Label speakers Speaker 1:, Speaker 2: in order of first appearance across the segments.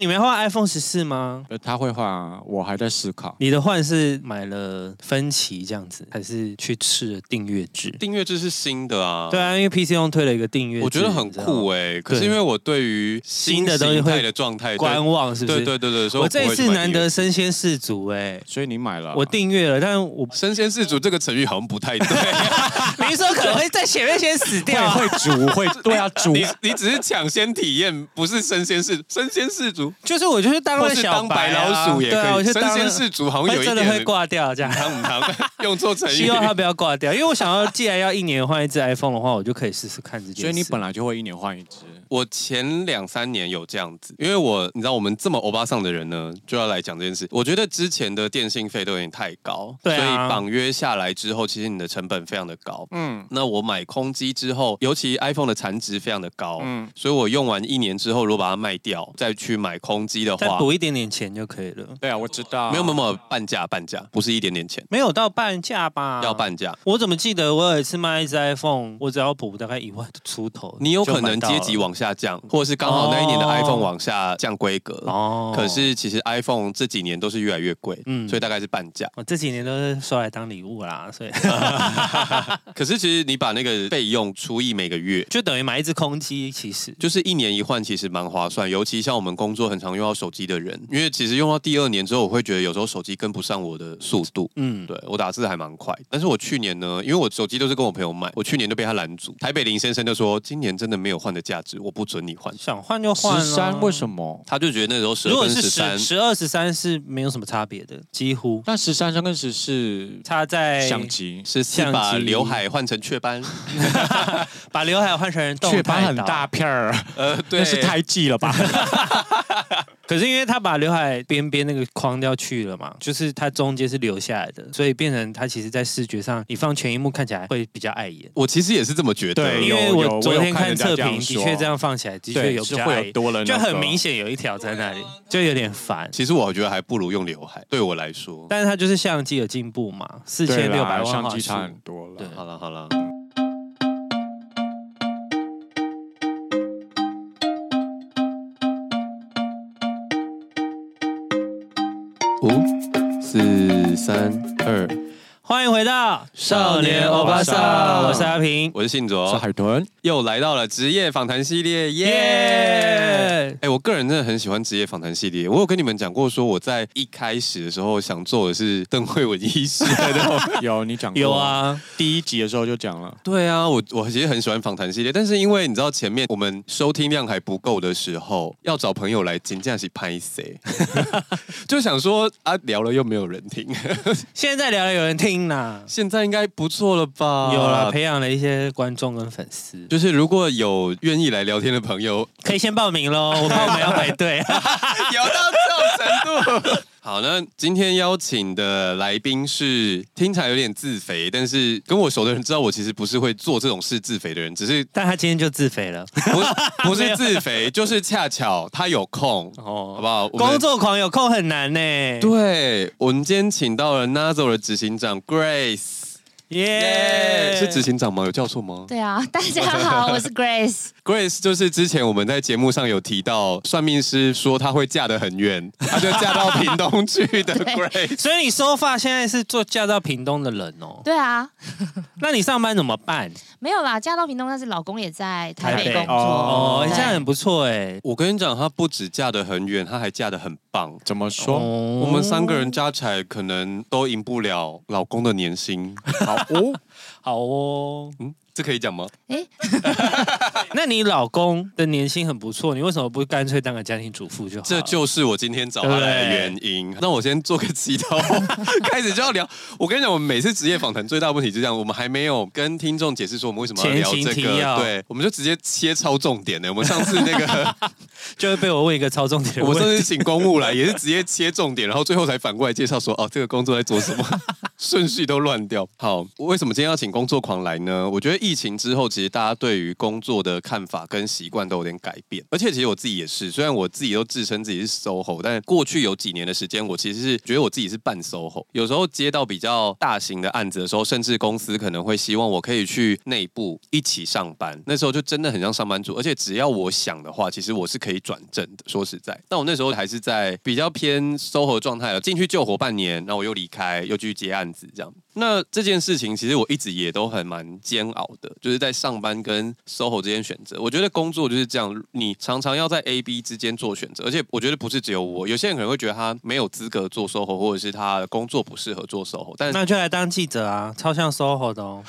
Speaker 1: 你没换 iPhone 十四吗？
Speaker 2: 呃他会换啊，我还在思考。
Speaker 1: 你的换是买了分期这样子，还是去试了订阅制？
Speaker 3: 订阅制是新的啊，
Speaker 1: 对啊，因为 PC 用推了一个订阅制，
Speaker 3: 我觉得很酷
Speaker 1: 哎、
Speaker 3: 哎、可是因为我对于
Speaker 1: 新的东西
Speaker 3: 形
Speaker 1: 会
Speaker 3: 态的状态，
Speaker 1: 观望是不是？
Speaker 3: 欸对对对对，所以
Speaker 1: 我
Speaker 3: 不会
Speaker 1: 这一
Speaker 3: 去
Speaker 1: 次
Speaker 3: 买
Speaker 1: 难
Speaker 3: 订阅
Speaker 1: 得
Speaker 3: 制
Speaker 1: 身先士卒哎、
Speaker 2: 所以你买了啊、
Speaker 1: 我订阅了，但 我
Speaker 3: 身先士卒这个成语好像不 太对，
Speaker 1: 你说可能会在前面先死掉、啊，
Speaker 2: 会煮会 对啊煮
Speaker 3: 你你只是抢先体验，不是身先士身先士卒，
Speaker 1: 就是我就是当
Speaker 3: 或
Speaker 1: 了
Speaker 3: 是
Speaker 1: 小
Speaker 3: 当白
Speaker 1: 啊
Speaker 3: 老鼠也
Speaker 1: 对啊，
Speaker 3: 可
Speaker 1: 我
Speaker 3: 以，
Speaker 1: 就
Speaker 3: 身
Speaker 1: 当
Speaker 3: 先
Speaker 1: 了
Speaker 3: 士卒好像有
Speaker 1: 会
Speaker 3: 一
Speaker 1: 真的会
Speaker 3: 点
Speaker 1: 挂掉这样。
Speaker 3: 汤汤 用错成
Speaker 1: 希
Speaker 3: 语。
Speaker 1: 望它不要挂掉，因为我想要，既然要一年换一只 iPhone 的话，我就可以试试看这件事。
Speaker 2: 所以你本来就会一年换一只，
Speaker 3: 我前两三年有这样子，因为我你知道我们这么欧巴桑的人呢，就要来讲这件事。我觉得之前的电信费都有点太高，
Speaker 1: 对啊
Speaker 3: 所以绑约下来之后，其实你的成本非常的高。
Speaker 2: 嗯
Speaker 3: 那我买空机之后，尤其 iPhone 的残值非常的高，
Speaker 2: 嗯，
Speaker 3: 所以我用完一年之后，如果把它卖掉，再去买空机的
Speaker 1: 再
Speaker 3: 话，
Speaker 1: 补一点点钱就可以了，
Speaker 2: 对啊，我知道，
Speaker 3: 没有没有没有半价半价，不是一点点钱，
Speaker 1: 没有到半价吧？
Speaker 3: 要。半价。
Speaker 1: 我怎么记得我有一次卖一只 iPhone，我只要补大概一万出头，
Speaker 3: 你有
Speaker 1: 就
Speaker 3: 可能
Speaker 1: 买到了
Speaker 3: 阶级往下降，或者是刚好那一年的
Speaker 1: 哦
Speaker 3: iPhone 往下降规格。
Speaker 1: 哦。
Speaker 3: 可是其实 iPhone 这几年都是越来越贵，
Speaker 1: 嗯
Speaker 3: 所以大概是半价。
Speaker 1: 哦我这几年都是收来当礼物啦， 所以
Speaker 3: 可是其实你把那个费用除以每个月。
Speaker 1: 就等于买一只空机。其实
Speaker 3: 就是一年一换，其实蛮划算，尤其像我们工作很常用到手机的人，因为其实用到第二年之后，我会觉得有时候手机跟不上我的速度，
Speaker 1: 嗯，
Speaker 3: 对我打字还蛮快。但是我去年呢，因为我手机都是跟我朋友买，我去年就被他拦阻。台北林先生就说，今年真的没有换的价值，我不准你换。
Speaker 1: 想换就换、啊。
Speaker 2: 十三为什么？
Speaker 3: 他就觉得那时候十
Speaker 1: 如
Speaker 3: 二
Speaker 1: 果
Speaker 3: 跟
Speaker 1: 是
Speaker 3: 十三
Speaker 1: 十，十二十三是没有什么差别的，几乎
Speaker 2: 但十三跟十四
Speaker 1: 差在
Speaker 2: 相机
Speaker 3: 十四
Speaker 1: 相
Speaker 3: 把
Speaker 1: 机
Speaker 3: 刘海换成雀斑，
Speaker 1: 把刘海换成动态
Speaker 2: 雀斑很
Speaker 1: 岛
Speaker 2: 大，片儿，
Speaker 3: 呃，对，
Speaker 2: 那是胎记了吧？
Speaker 1: 可是因为他把刘海边边那个框掉去了嘛，就是它中间是留下来的，所以变成它其实在视觉上，你放全荧幕看起来会比较碍眼。
Speaker 3: 我其实也是这么觉得，
Speaker 2: 对
Speaker 1: 因为
Speaker 2: 有有
Speaker 1: 我
Speaker 2: 我
Speaker 1: 昨
Speaker 2: 有
Speaker 1: 天
Speaker 2: 看
Speaker 1: 看
Speaker 2: 人家
Speaker 1: 测
Speaker 2: 这样
Speaker 1: 评，的
Speaker 2: 说
Speaker 1: 确这样放起来 的确
Speaker 2: 对
Speaker 1: 有比
Speaker 2: 是
Speaker 1: 较
Speaker 2: 会
Speaker 1: 碍
Speaker 2: 有
Speaker 1: 眼，
Speaker 2: 多了那
Speaker 1: 就很
Speaker 2: 个
Speaker 1: 明显有一条在那里，就有点烦。
Speaker 3: 其实我觉得还不如用刘海。对我来说，
Speaker 1: 但是它就是相机有进步嘛，四
Speaker 2: 对
Speaker 1: 千六百
Speaker 2: 啦，
Speaker 1: 万
Speaker 2: 相
Speaker 1: 画
Speaker 2: 机
Speaker 1: 素
Speaker 2: 差很多了
Speaker 1: 对。
Speaker 3: 好了好了，五、四、三、二，
Speaker 1: 欢迎回到
Speaker 3: 少年欧巴桑
Speaker 1: 我是阿平，
Speaker 3: 我是信
Speaker 2: 我是
Speaker 3: 卓，
Speaker 2: 海 豚，
Speaker 3: 又来到了职业访谈系列，耶、
Speaker 1: 耶！
Speaker 3: 哎、我个人真的很喜欢职业访谈系列。我有跟你们讲过，说我在一开始的时候想做的是邓慧文医师的那种
Speaker 2: 有你讲过
Speaker 1: 有，啊，
Speaker 2: 第一集的时候就讲了，
Speaker 3: 对啊，我我其实很喜欢访谈系列，但是因为你知道前面我们收听量还不够的时候，要找朋友来金价是拍谁， 就想说啊聊了又没有人听，
Speaker 1: 现在聊了有人听啦，
Speaker 3: 现在应该不错了
Speaker 2: 啊
Speaker 3: 吧？
Speaker 1: 有了，培养了一些观众跟粉丝。
Speaker 3: 就是如果有愿意来聊天的朋友，
Speaker 1: 可以先报名喽，我怕我们要排 队。
Speaker 3: 有到这种程度。 好，那今天邀请的来宾是听起来有点自肥，但是跟我熟的人知道我其实不是会做这种事自肥的人，只是
Speaker 1: 但他今天就自肥了，
Speaker 3: 不是不是自肥，就是恰巧他有空，好
Speaker 1: 哦，
Speaker 3: 不好？我们
Speaker 1: 工作狂有空很难呢。
Speaker 3: 对，我们今天请到了 Nazo 的执行长 Grace，耶、是执行长吗？有叫错吗
Speaker 4: 对啊，大家好， 我是 Grace。
Speaker 3: ？Grace 就是之前我们在节目上有提到，算命师说她会嫁得很远，她就嫁到屏东去的 Grace。
Speaker 1: 所以你收发现在是做嫁到屏东的人哦，
Speaker 4: 对啊，
Speaker 1: 那你上班怎么办？
Speaker 4: 没有啦，嫁到屏东，但是老公也在台
Speaker 1: 台北
Speaker 4: 北工作。
Speaker 2: 哦
Speaker 1: 哦，
Speaker 4: 对
Speaker 1: 这样很不错哎。
Speaker 3: 我跟你讲，她不止嫁得很远，她还嫁得很棒。
Speaker 2: 怎么说？
Speaker 1: 我
Speaker 3: 哦我们三个人加起来可能都赢不了老公的年薪，
Speaker 2: 好哦，
Speaker 1: 好哦。
Speaker 3: 嗯，这可以讲吗？
Speaker 4: 诶
Speaker 1: 那你老公的年薪很不错，你为什么不干脆当个家庭主妇就好？
Speaker 3: 这就是我今天找他来的原因。那我先做个祈祷， 开始就要聊。我跟你讲，我们每次职业访谈最大的问题就是这样，我们还没有跟听众解释说我们为什么要聊
Speaker 1: 前情
Speaker 3: 这
Speaker 1: 提
Speaker 3: 个，
Speaker 1: 要
Speaker 3: 对，我们就直接切超重点的。我们上次那个，
Speaker 1: 就会被我问一个超重点的
Speaker 3: 我们
Speaker 1: 问
Speaker 3: 上
Speaker 1: 题。
Speaker 3: 次请公务来，也是直接切重点，然后最后才反过来介绍说，哦，这个工作在做什么。 顺序都乱掉。好，为什么今天要请工作狂来呢？我觉得疫情之后，其实大家对于工作的看法跟习惯都有点改变，而且其实我自己也是，虽然我自己都自称自己是 SOHO，但过去有几年的时间，我其实是觉得我自己是半 SOHO。有时候接到比较大型的案子的时候，甚至公司可能会希望我可以去内部一起上班，那时候就真的很像上班族，而且只要我想的话，其实我是可以转正的。说实在，但我那时候还是在比较偏 SOHO 状态了，进去救火半年，然后我又离开，又继续接案子这样。那这件事情其实我一直也都很蛮煎熬的，就是在上班跟 SOHO 之间选择。我觉得工作就是这样，你常常要在 A、B 之间做选择，而且我觉得不是只有我，有些人可能会觉得他没有资格做 SOHO，或者是他的工作不适合做 SOHO，但
Speaker 1: 那就来当记者啊，超像 SOHO 的 哦，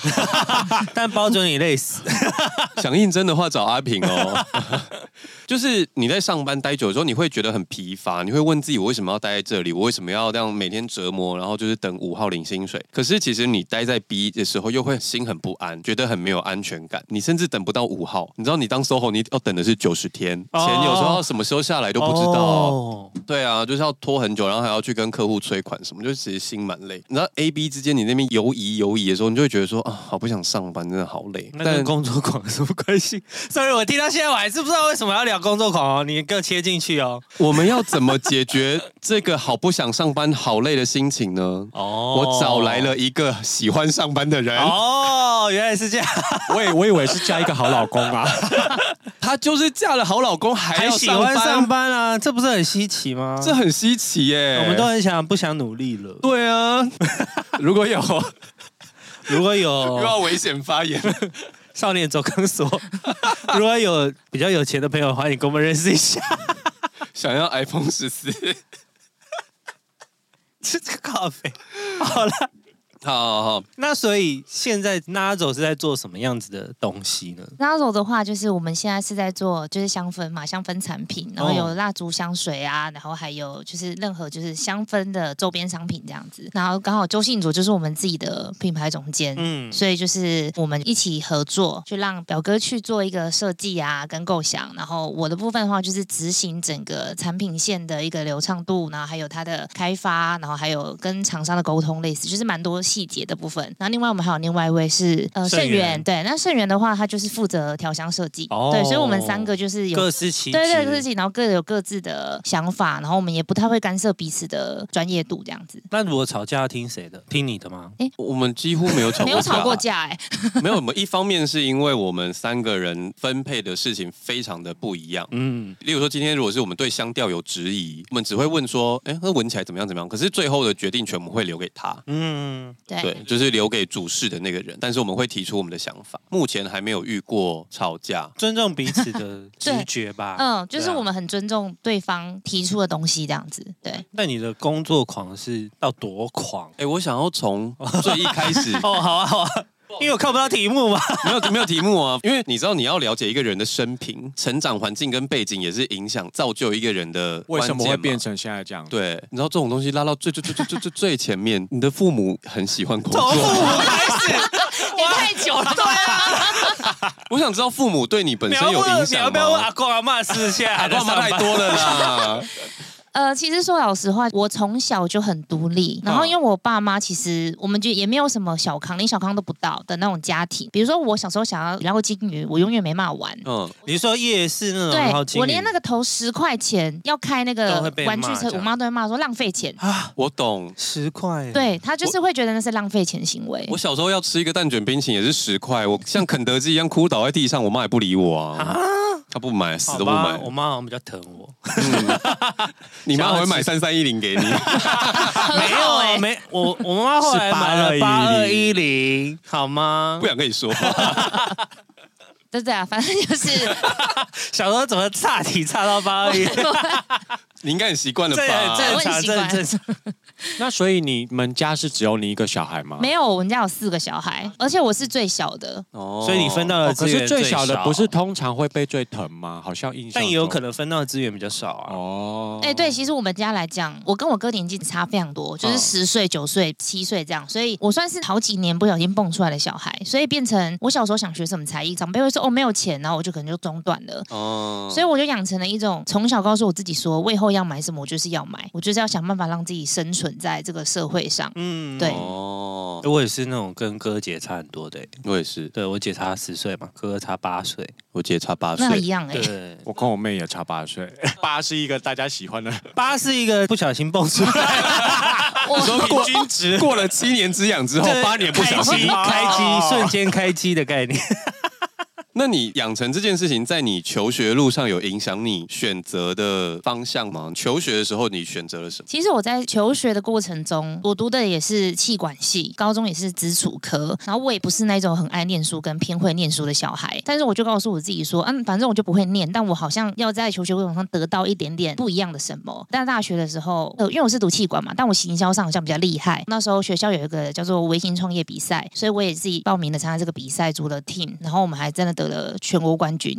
Speaker 1: 但包准你累死。
Speaker 3: 想应征的话找阿平哦。 就是你在上班待久了之后，你会觉得很疲乏，你会问自己我为什么要待在这里？我为什么要这样每天折磨？然后就是等五号领薪水。可是其实你待在 B 的时候，又会心很不安，觉得很没有安全感。你甚至等不到五号，你知道你当 SOHO 你要等的是九十天，
Speaker 1: 哦
Speaker 3: 钱有时候要什么时候下来都不知道。
Speaker 1: 哦
Speaker 3: 对啊，就是要拖很久，然后还要去跟客户催款什么，就其实心蛮累。你知道 A、B 之间你那边游移游移的时候，你就会觉得说啊，好不想上班，真的好累。
Speaker 1: 那跟工作狂有什么关 系？Sorry，我听到现在我还是不知道为什么要聊工作狂哦，你给我切进去哦。
Speaker 3: 我们要怎么解决这个好不想上班、好累的心情呢？
Speaker 1: 哦
Speaker 3: 我找来。了一个喜欢上班的人，
Speaker 1: 哦，原来是这样，
Speaker 2: 我以我以为是嫁一个 好老公啊，
Speaker 3: 她就是嫁了好老公，还
Speaker 1: 还
Speaker 3: 要
Speaker 1: 喜
Speaker 3: 上班，
Speaker 1: 欢上班啊？这不是很稀奇吗？
Speaker 3: 这很稀奇耶、
Speaker 1: 我们都很想不想努力了。
Speaker 3: 对啊， 如果有
Speaker 1: 如果
Speaker 3: 又
Speaker 1: 有
Speaker 3: 要危险发言，
Speaker 1: 少年走钢索， 如果有比较有钱的朋友的话，你跟我们认识一下。
Speaker 3: 想要 iPhone 十四。
Speaker 1: 这个咖啡，好了。
Speaker 3: 好好好，
Speaker 1: 那所以现在 Nazo 是在做什么样子的东西呢？
Speaker 4: 拉手的话，就是我们现在是在做就是香氛嘛，香氛产品，
Speaker 1: 哦
Speaker 4: 然后有蜡烛、香水啊，然后还有就是任何就是香氛的周边商品这样子。然后刚好周信卓就是我们自己的品牌总监，
Speaker 1: 嗯，
Speaker 4: 所以就是我们一起合作，去让表哥去做一个设计啊，跟构想。然后我的部分的话，就是执行整个产品线的一个流畅度，然后还有它的开发，然后还有跟厂商的沟通，类似就是蛮多细节的部分。然后另外我们还有另外一位是呃
Speaker 1: 盛
Speaker 4: 盛
Speaker 1: 源
Speaker 4: 源，对，那盛源的话，他就是负责调香设计，
Speaker 1: 哦
Speaker 4: 对，所以我们三个就是有。
Speaker 1: 各司其职，
Speaker 4: 对对，自己，然后各有各自的想法，然后我们也不太会干涉彼此的专业度，这样子
Speaker 1: 那如果吵架要听谁的？听你的吗？
Speaker 3: 我们几乎没有
Speaker 1: 哦
Speaker 3: 吵过，
Speaker 4: 没有吵过。架哎、
Speaker 3: 没有，我们一方面是因为我们三个人分配的事情非常的不一样，
Speaker 1: 嗯，
Speaker 3: 例如说，今天如果是我们对香调有质疑，我们只会问说，哎，那闻起来怎么样？怎么样？可是最后的决定全部会留给他，
Speaker 1: 嗯，
Speaker 2: 哎
Speaker 3: 对，就是留给主事的那个人。但是我们会提出我们的想法，目前还没有遇过吵架。
Speaker 1: 尊重彼此 的直觉吧。
Speaker 4: 嗯，就是
Speaker 1: 对啊
Speaker 4: 我们很尊重对方提出的东西，这样子。 对，
Speaker 1: 那你的工作狂是到多狂？
Speaker 3: 哎，我想 要从最一开始
Speaker 1: 哦，好啊，好啊，因为我看不到题目嘛。
Speaker 3: 没有没有题目啊，因为你知道你要了解一个人的生平、成长环境跟背景，也是影响造就一个人的
Speaker 2: 为什么会变
Speaker 3: 成？
Speaker 2: 成现在这样？
Speaker 3: 对，你知道这种东西拉到最最最最最最最前面，你的父母很喜欢工
Speaker 1: 从父
Speaker 3: 作。
Speaker 1: 母开始，
Speaker 4: 也太久了， 对啊，
Speaker 3: 我想知道父母对你本
Speaker 1: 你
Speaker 3: 身
Speaker 1: 要
Speaker 3: 有
Speaker 1: 问
Speaker 3: 影
Speaker 1: 你要
Speaker 3: 响
Speaker 1: 不要问
Speaker 3: 吗？
Speaker 1: 阿公阿妈私下？
Speaker 3: 阿爸妈太多了 啦。
Speaker 4: 呃，其实说老实话，我从小就很独立，然后
Speaker 1: 嗯
Speaker 4: 因为我爸妈其实我们就也没有什么小康，连小康都不到的那种家庭。比如说我小时候想要捞个金鱼，我永远没办法玩。
Speaker 3: 嗯，
Speaker 1: 你说夜市那嗯种，然后
Speaker 4: 对，我连那个投十块钱要开那
Speaker 1: 都会
Speaker 4: 个
Speaker 1: 被骂
Speaker 4: 玩具车
Speaker 1: 这，样
Speaker 4: 我妈都会骂说浪费钱。
Speaker 1: 啊，
Speaker 3: 我懂。
Speaker 1: 十块，，
Speaker 4: 对她就是会觉得那是浪费钱行为。
Speaker 3: 我小时候要吃一个蛋卷冰淇淋也是十块，我像肯德基一样哭倒在地上，我妈也不理我啊，她不买，死
Speaker 1: 好
Speaker 3: 都不
Speaker 1: 吧
Speaker 3: 买
Speaker 1: 我。妈好像比较疼我。
Speaker 3: 你妈
Speaker 1: 想
Speaker 3: 还会
Speaker 1: 要
Speaker 3: 买三三一零给你，
Speaker 1: 没有
Speaker 4: 欸
Speaker 1: 啊，没我我妈妈后来买了八二一零，好吗
Speaker 3: 不？想跟你 说话。
Speaker 4: 对对啊，反正就是
Speaker 1: 小时候怎么差题差到八二一？ 这
Speaker 3: 你应该很习惯了
Speaker 1: 也很
Speaker 3: 吧？
Speaker 1: 正
Speaker 4: 我
Speaker 1: 常，
Speaker 4: 很习
Speaker 1: 这
Speaker 4: 惯
Speaker 1: 很正常。
Speaker 2: 那所以你们家是只有你一个小孩吗？
Speaker 4: 没有，我们家有四个小孩，而且我是最小的。
Speaker 3: 哦
Speaker 1: 所以你分到
Speaker 2: 哦
Speaker 1: 的
Speaker 2: 可
Speaker 1: 资源
Speaker 2: 是最
Speaker 1: 少
Speaker 2: 小的不是，通常会被最疼吗？好像印象中，
Speaker 1: 但也有可能分到的资源比较少啊。
Speaker 2: 哦。
Speaker 4: 哎、对，其实我们家来讲，我跟我哥年纪差非常多，就是
Speaker 1: 嗯
Speaker 4: 十岁、九岁、七岁这样，所以我算是好几年不小心蹦出来的小孩，所以变成我小时候想学什么才艺，长辈会说哦没有钱，然后我就可能就中断了。
Speaker 3: 哦
Speaker 4: 所以我就养成了一种从小告诉我自己说，我以后后要买什么，我就是要买，我就是要想办法让自己生存在这个社会上。
Speaker 1: 嗯
Speaker 4: 对
Speaker 3: 哦，
Speaker 1: 我也是那种跟哥姐差很多的欸、
Speaker 3: 我也是，
Speaker 1: 对我姐差十岁嘛，哥哥差八岁，
Speaker 3: 我姐差八
Speaker 4: 那
Speaker 3: 岁
Speaker 4: 一，样哎、
Speaker 1: 对，
Speaker 2: 我跟我妹也差八岁，八是一个大家喜欢 的，
Speaker 1: 八是一个不小心蹦出来，
Speaker 4: 我
Speaker 3: 说过过了七年之痒之后，
Speaker 4: 哦
Speaker 1: 对
Speaker 3: 八年不小
Speaker 1: 开
Speaker 3: 心
Speaker 1: 机，开
Speaker 2: 哦
Speaker 1: 机，瞬间开机的概念。
Speaker 3: 那你养成这件事情，在你求学路上有影响你选择的方向吗？求学的时候你选择了什么？
Speaker 4: 其实我在求学的过程中，我读的也是气管系，高中也是基础科，然后我也不是那种很爱念书跟偏会念书的小孩，但是我就告诉我自己说，嗯、反正我就不会念，但我好像要在求学过程中得到一点点不一样的什么。但大学的时候，呃，因为我是读气管嘛，但我行销上好像比较厉害，那时候学校有一个叫做微型创业比赛，所以我也自己报名了参加这个比赛，组了 team，然后我们还真的得了全国冠军。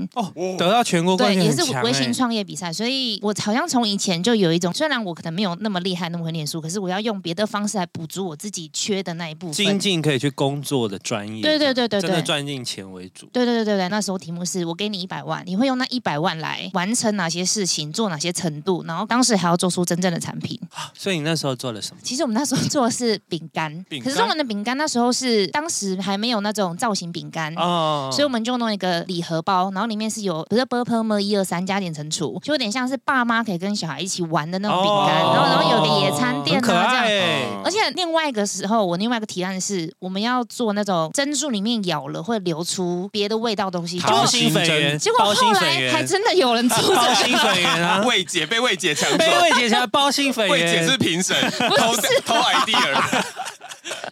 Speaker 1: 得到全国冠
Speaker 4: 对，
Speaker 1: 军
Speaker 4: 也
Speaker 1: 很
Speaker 4: 是
Speaker 1: 强、
Speaker 4: 微型
Speaker 1: 欸，
Speaker 4: 创业比赛，所以我好像从以前就有一种，虽然我可能没有那么厉害，那么会念书，可是我要用别的方式来补足我自己缺的那一部
Speaker 1: 精
Speaker 4: 分。
Speaker 1: 进可以去工作的专业，
Speaker 4: 对对对对
Speaker 1: 真的
Speaker 4: 对。
Speaker 1: 赚进钱为主。
Speaker 4: 对对对对对，那时候题目是我给你一百万，你会用那一百万来完成哪些事情，做哪些程度，然后当时还要做出真正的产品。
Speaker 1: 所以你那时候做了什么？
Speaker 4: 其实我们那时候做的是饼干，
Speaker 2: 饼干
Speaker 4: 可是中文的饼干那时候是当时还没有那种造型饼干，
Speaker 1: 哦，
Speaker 4: 所以我们就弄一个礼盒包，然后里面是有不是 b u r p l e 一二三加减乘除，就有点像是爸妈可以跟小孩一起玩的那种饼干，
Speaker 1: 哦
Speaker 4: 然后然后有个野餐
Speaker 1: 很
Speaker 4: 垫
Speaker 1: 可
Speaker 4: 啊这
Speaker 1: 爱、
Speaker 4: 样。
Speaker 1: 欸，
Speaker 4: 而且另外一个时候，我另外一个提案是，我们要做那种珍珠里面咬了会流出别的味道的东西。结
Speaker 1: 包
Speaker 4: 果
Speaker 1: 心粉圆，
Speaker 4: 结果
Speaker 1: 包
Speaker 4: 后
Speaker 1: 心粉
Speaker 4: 来还
Speaker 1: 圆，
Speaker 4: 真的有人 做
Speaker 1: 包
Speaker 4: 这
Speaker 1: 心
Speaker 4: 个，
Speaker 1: 粉圆 啊，
Speaker 3: 魏姐被魏姐抢走，
Speaker 1: 被魏姐 才包心粉
Speaker 3: 魏姐是
Speaker 1: 圆，
Speaker 3: 评审，偷 偷 idea。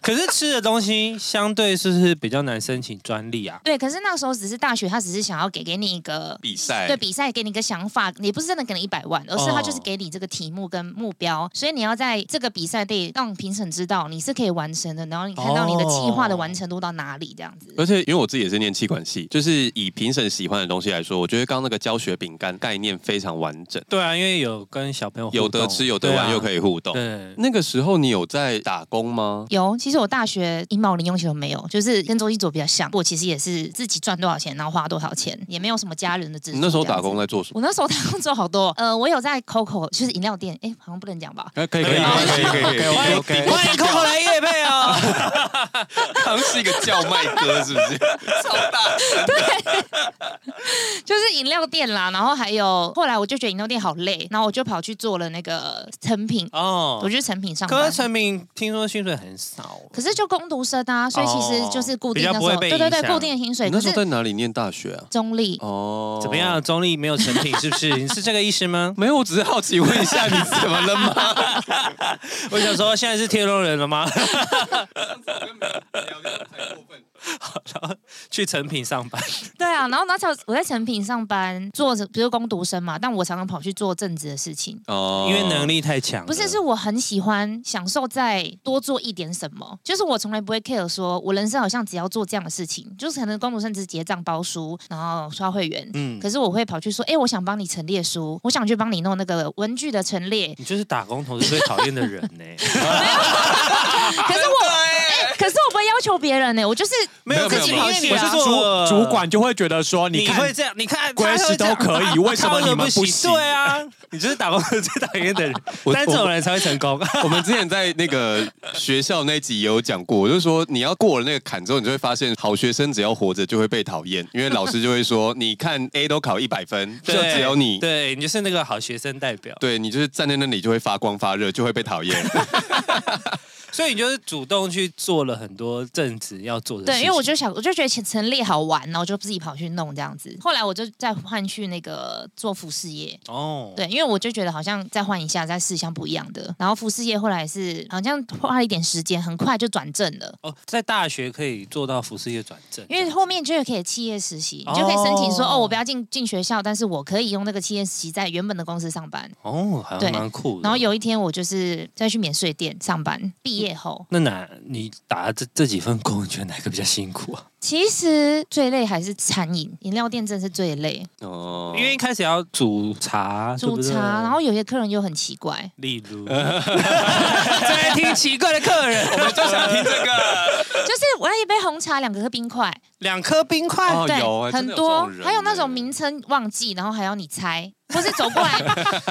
Speaker 1: 可是吃的东西相对是不是比较难申请专利啊？
Speaker 4: 对。可是那时候只是大学，他只是想要给给你一个
Speaker 3: 比赛
Speaker 4: 对比赛给你一个想法，也不是真的给你一百万，而是他
Speaker 3: 哦
Speaker 4: 就是给你这个题目跟目标，所以你要在这个比赛得让评审知道你是可以完成的，然后你看到你的计划的完成度到哪里这样子。
Speaker 3: 而且因为我自己也是念气管系，就是以评审喜欢的东西来说，我觉得刚刚那个教学饼干概念非常完整，
Speaker 1: 对啊，因为有跟小朋友互动
Speaker 3: 有的吃有的玩，又可
Speaker 1: 以
Speaker 3: 以互动。
Speaker 1: 啊对。
Speaker 3: 那个时候你有在打工吗？
Speaker 4: 有，其实我大学一毛零用钱都没有，就是跟周一佐比较像。我其实也是自己赚多少钱，然后花多少钱，也没有什么家人的支持。
Speaker 3: 你那时候打工
Speaker 4: 了？
Speaker 3: 在做什么？
Speaker 4: 我那时候打工做好多，呃，我有在 COCO，就是饮料店，哎，好像不能讲吧？
Speaker 2: 可以可以
Speaker 1: 可以啊
Speaker 2: 可以
Speaker 1: 欢迎欢迎 Coco 来夜配哦，
Speaker 3: 好像是一个叫卖哥，是不是？
Speaker 4: 就是饮料店啦，然后还有后来我就觉得饮料店好累，然后我就跑去做了那个成品，
Speaker 1: 哦
Speaker 4: 我，去成品上
Speaker 1: 可
Speaker 4: 班
Speaker 1: 是。陈明听说薪水很少，
Speaker 4: 可是就工读生啊，所以其实就是固
Speaker 1: 哦比
Speaker 4: 定
Speaker 1: 较
Speaker 4: 那时
Speaker 1: 不
Speaker 4: 候，
Speaker 1: 会被
Speaker 4: 对对
Speaker 1: 影
Speaker 4: 对，
Speaker 1: 响
Speaker 4: 固定的薪水。
Speaker 3: 你
Speaker 4: 可
Speaker 3: 那时
Speaker 4: 是
Speaker 3: 候 在哪里念大学啊？
Speaker 4: 中立，
Speaker 3: 哦，
Speaker 1: 怎么？样？啊中立没有成品是不是？你是这个意思吗？
Speaker 3: 没有，我只是好奇问一下，你怎么了吗？
Speaker 1: 我想说，现在是天龙人了吗？去成品上班，
Speaker 4: 对啊。然后那时候我在成品上班，做着比如工读生嘛，但我常常跑去做正职的事
Speaker 1: 嗯
Speaker 4: 情。
Speaker 3: 哦
Speaker 1: 因为能力太强了，
Speaker 4: 不是，是我很喜欢享受再多做一点什么，就是我从来不会 care 说，我人生好像只要做这样的事情，就是可能工读生只是结账包书，然后刷会员，
Speaker 1: 嗯，。
Speaker 4: 可是我会跑去说，哎、我想帮你陈列书，我想去帮你弄那个文具的陈列
Speaker 1: 你就是打工同事最讨厌的人呢、啊
Speaker 4: 可是我，哎、可是我不会要求别人呢、我就是
Speaker 1: 没
Speaker 3: 有
Speaker 4: 自
Speaker 3: 没有
Speaker 4: 己
Speaker 3: 没有
Speaker 4: 跑去
Speaker 1: 我
Speaker 4: 啊
Speaker 1: 是。做
Speaker 2: 主主管就会觉得说，
Speaker 1: 你
Speaker 2: 你
Speaker 1: 会
Speaker 2: 看
Speaker 1: 这样，你看
Speaker 2: Grace 都可以为什么你们不
Speaker 1: 不
Speaker 2: 行
Speaker 1: 对啊，你就是打工同事最讨厌的人，
Speaker 3: 我
Speaker 1: 但这种人才会成功。
Speaker 3: 我们之前在那个学校那集也有讲过，我就说你要过了那个坎之后，你就会发现好学生只要活着就会被讨厌，因为老师就会说，你看 A 都考一百分，就
Speaker 1: 对
Speaker 3: 只有你，对
Speaker 1: 对你就是那个好学生代表，
Speaker 3: 你就是站在那里就会发光发热，就会 被讨厌。
Speaker 1: 所以你就是主动去做了很多正职要做的事
Speaker 4: 对，
Speaker 1: 情。
Speaker 4: 因为我就想，我就觉得陈陈列好玩，然后我就自己跑去弄这样子。后来我就再换去那个做服饰业，
Speaker 1: 哦，
Speaker 4: 对，因为我就觉得好像再换一下，再试一下不一样的。然后服饰业后来是好像花了一点时间，很快就转正了。
Speaker 1: 哦，在大学可以做到服饰业转正，
Speaker 4: 因为后面就可以企业实习，你就可以申请说，
Speaker 1: 哦
Speaker 4: 哦，我不要进进学校，但是我可以用那个企业实习在原本的公司上班。
Speaker 1: 哦，好像
Speaker 4: 对
Speaker 1: 蛮酷的。
Speaker 4: 然后有一天我就是再去免税店上班，毕业后。
Speaker 1: 嗯 那哪你打这这几份工，你觉得哪个比较辛苦啊？
Speaker 4: 其实最累还是餐饮，饮料店真的是最累，
Speaker 3: 哦
Speaker 1: 因为一开始要煮茶，啊对
Speaker 4: 煮
Speaker 1: 不对
Speaker 4: 茶，然后有些客人又很奇怪，
Speaker 1: 例 如在听奇怪的客 人，我们就想听这个，
Speaker 4: 就是我要一杯红茶，两个冰块，
Speaker 1: 两颗冰块，
Speaker 3: 哦
Speaker 4: 对，
Speaker 3: 有欸真
Speaker 4: 很
Speaker 3: 的有这
Speaker 4: 多
Speaker 3: 种人，
Speaker 4: 还有那
Speaker 3: 欸
Speaker 4: 种名称忘记，然后还要你猜，或是走过来，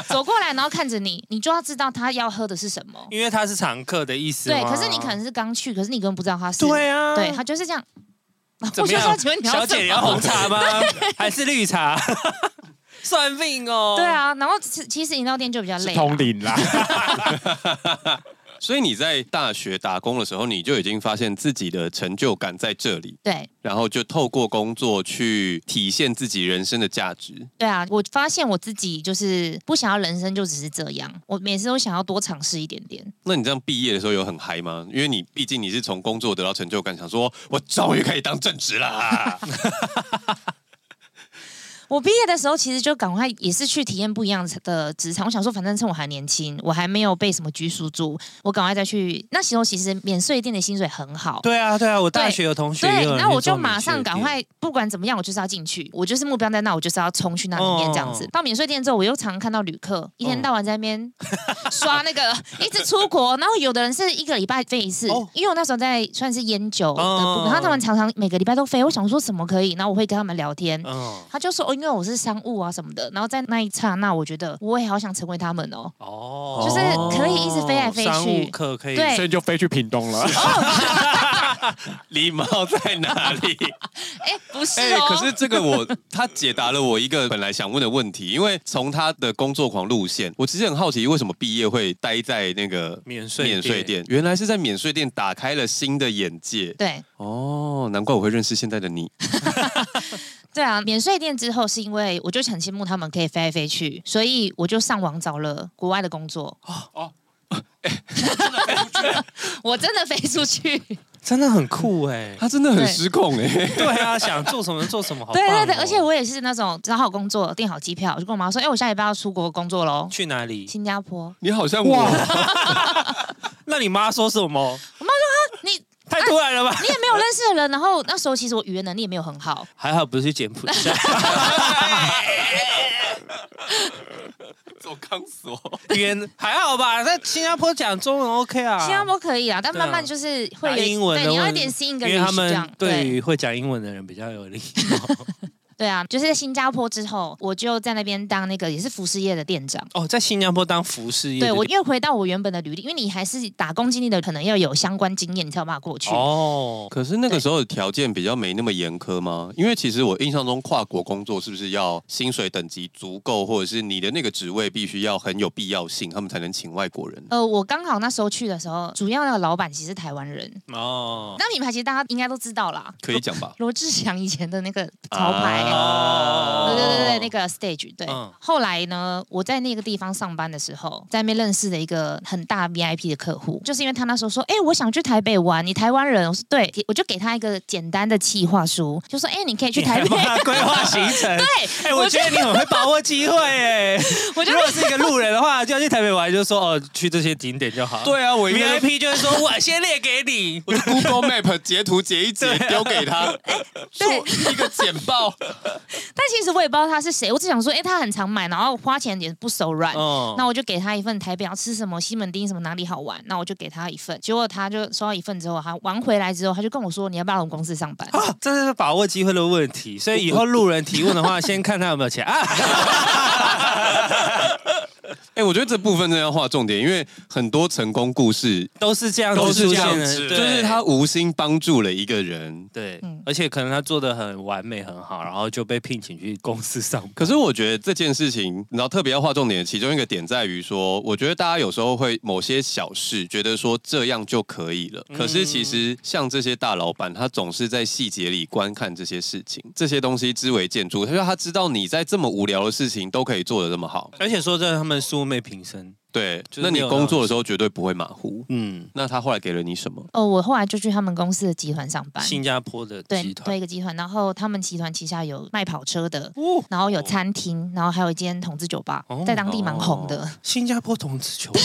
Speaker 4: 走过来，然后看着你，你就要知道他要喝的是什么。
Speaker 1: 因为他是常客的意思
Speaker 4: 对，
Speaker 1: 吗
Speaker 4: 可是你可能是刚去，可是你根本不知道他是。
Speaker 1: 对啊，
Speaker 4: 对他就是这样。
Speaker 1: 怎么样
Speaker 4: 我就说请问你要
Speaker 1: 小姐
Speaker 4: 什
Speaker 1: 你
Speaker 4: 么
Speaker 1: 要红茶吗？还是绿茶？ 算命哦，
Speaker 4: 对，啊，然后其其实饮料店就比较
Speaker 2: 是
Speaker 4: 累啊啦，
Speaker 2: 通灵 啦。
Speaker 3: 所以你在大学打工的时候，你就已经发现自己的成就感在这里，
Speaker 4: 对
Speaker 3: 然后就透过工作去体现自己人生的价值。
Speaker 4: 对啊，我发现我自己就是不想要人生就只是这样，我每次都想要多尝试一点点。
Speaker 3: 那你这样毕业的时候有很嗨吗？因为你毕竟你是从工作得到成就感，想说我终于可以当正职啦。
Speaker 4: 我毕业的时候，其实就赶快也是去体验不一样的职场。我想说，反正趁我还年轻，我还没有被什么拘束住，我赶快再去。那时候其实免税店的薪水很好，
Speaker 1: 对啊，对啊，我大学有同学也
Speaker 4: 对
Speaker 1: 有，人
Speaker 4: 那我
Speaker 1: 去做
Speaker 4: 就马
Speaker 1: 免
Speaker 4: 上
Speaker 1: 税
Speaker 4: 赶
Speaker 1: 店
Speaker 4: 快，不管怎么样，我就是要进去，我就是目标在那，我就是要冲去那里面
Speaker 1: 哦
Speaker 4: 这样子。到免税店之后，我又常看到旅客一天到晚在那边
Speaker 1: 哦
Speaker 4: 刷那个，一直出国，然后有的人是一个礼拜飞一次
Speaker 1: 哦，
Speaker 4: 因为我那时候在算是烟酒的部
Speaker 1: 哦
Speaker 4: 分，然后他们常常每个礼拜都飞，我想说什么可以，然后我会跟他们聊天。
Speaker 1: 嗯，
Speaker 4: 他就说哦，因为我是商务啊什么的，然后在那一刹那，我觉得我也好想成为他们哦。
Speaker 1: 哦
Speaker 4: 就是可以一直飞来飞去
Speaker 1: 商务客可以
Speaker 4: 对
Speaker 2: 所以就飞去屏东了。
Speaker 3: 礼貌在哪里？
Speaker 4: 哎，不是
Speaker 3: 哎、
Speaker 4: 哦，
Speaker 3: 可是这个我他解答了我一个本来想问的问题，因为从他的工作狂路线，我其实很好奇为什么毕业会待在那个
Speaker 1: 免税
Speaker 3: 免税店，原来是在免税店打开了新的眼界
Speaker 4: 对
Speaker 3: 哦，难怪我会认识现在的你。
Speaker 4: 对啊，免税店之后是因为我就很羡慕他们可以飞来飞去，所以我就上网找了国外的工作。
Speaker 2: 哦
Speaker 4: 我真的飞出去，
Speaker 1: 真的很酷哎、
Speaker 3: 他真的很
Speaker 4: 对
Speaker 3: 失控哎、
Speaker 1: 对啊，想做什么做什么，好
Speaker 4: 对
Speaker 1: 棒
Speaker 4: 对
Speaker 1: 哦
Speaker 4: 对，而且我也是那种找好工作、订好机票，我就跟我妈说：“哎、我下礼拜要出国工作喽，
Speaker 1: 去哪里？
Speaker 4: 新加坡。
Speaker 3: 你好像我，
Speaker 1: 那你妈说什么？
Speaker 4: 你”啊你
Speaker 1: 太突然了吧？
Speaker 4: 也没有认识的人，然后那时候其实我语言能力也没有很好，
Speaker 1: 还好不是去柬埔寨，
Speaker 3: 走钢索。
Speaker 1: 语言还好吧？在新加坡讲中文 OK 啊，
Speaker 4: 新加坡可以啊，但
Speaker 1: 对啊
Speaker 4: 慢慢就是会
Speaker 1: 打
Speaker 4: 有
Speaker 1: 英文的
Speaker 4: 对，你要
Speaker 1: 问
Speaker 4: 一点新一
Speaker 1: 因
Speaker 4: 个
Speaker 1: 为他
Speaker 4: 这样
Speaker 1: 们对于会讲英文的人比较有利。
Speaker 4: 对啊，就是在新加坡之后，我就在那边当那个也是服饰业的店长。
Speaker 1: 哦，在新加坡当服饰业的，
Speaker 4: 对我，因为回到我原本的履历，因为你还是打工经历的，可能要有相关经验，你才有办法过去。
Speaker 1: 哦，
Speaker 3: 可是那个时候的条件比较没那么严苛吗？因为其实我印象中跨国工作是不是要薪水等级足够，或者是你的那个职位必须要很有必要性，他们才能请外国人？
Speaker 4: 呃，我刚好那时候去的时候，主要那个老板其实是台湾人，
Speaker 1: 哦，
Speaker 4: 那品牌其实大家应该都知道啦，
Speaker 3: 可以讲吧？
Speaker 4: 罗志祥以前的那个
Speaker 1: 啊
Speaker 4: 潮牌。
Speaker 1: 哦
Speaker 4: 对对对对，那个 stage 对。
Speaker 1: 嗯
Speaker 4: 后来呢，我在那个地方上班的时候，在那边认识了一个很大 VIP 的客户，就是因为他那时候说，哎、我想去台北玩，你台湾人，我说对，我就给他一个简单的企划书，就说，哎、你可以去台北
Speaker 1: 你还， 帮他规划行程。对，哎，我觉得你很会把握机会哎。
Speaker 4: 我就
Speaker 1: 如果是一个路人的话，就要去台北玩，就说哦，去这些景点就好。
Speaker 3: 对啊，我应该
Speaker 1: VIP 就会说，我先列给你。
Speaker 3: 我就 Google Map 截图截一截丢给 他，
Speaker 4: 对
Speaker 3: 做一个简报。
Speaker 4: 但其实我也不知道他是谁，我只想说，哎、他很常买，然后花钱也不手软。
Speaker 1: 哦
Speaker 4: 那我就给他一份台北要吃什么西门町什么哪里好玩，那我就给他一份。结果他就收到一份之后，他玩回来之后，他就跟我说：“你要不要来我们公司上班
Speaker 1: 啊，这是把握机会的问题，所以以后路人提问的话，先看他有没有钱啊。
Speaker 3: 哎、我觉得这部分真的要划重点，因为很多成功故事
Speaker 1: 都是这样
Speaker 3: 都
Speaker 1: 子
Speaker 3: 是
Speaker 1: 出
Speaker 3: 这
Speaker 1: 现
Speaker 3: 样
Speaker 1: 的，
Speaker 3: 子，就
Speaker 1: 对
Speaker 3: 是他无心帮助了一个人。
Speaker 1: 对
Speaker 4: 嗯，
Speaker 1: 而且可能他做的很完美很好，然后就被聘请去公司上班。
Speaker 3: 可是我觉得这件事情，你知道特别要划重点，其中一个点在于说，我觉得大家有时候会某些小事觉得说这样就可以了，可是其实像这些大老板，他总是在细节里观看这些事情，这些东西知为建筑。他说他知道你在这么无聊的事情都可以做得这么好，
Speaker 1: 而且说真的，他们素昧平生，
Speaker 3: 对，
Speaker 1: 就是
Speaker 3: 那
Speaker 1: 没
Speaker 3: 你
Speaker 1: 有
Speaker 3: 工作的时候绝对不会马虎。
Speaker 1: 嗯，
Speaker 3: 那他后来给了你什么？
Speaker 4: 哦，我后来就去他们公司的集团上班，
Speaker 1: 新加坡的
Speaker 4: 对
Speaker 1: 集
Speaker 4: 对
Speaker 1: 团
Speaker 4: 一个集团，然后他们集团旗下有卖跑车的，
Speaker 1: 哦，
Speaker 4: 然后有餐厅，然后还有一间同志酒吧
Speaker 1: 哦，
Speaker 4: 在当地蛮红的。
Speaker 1: 新加坡同志球吧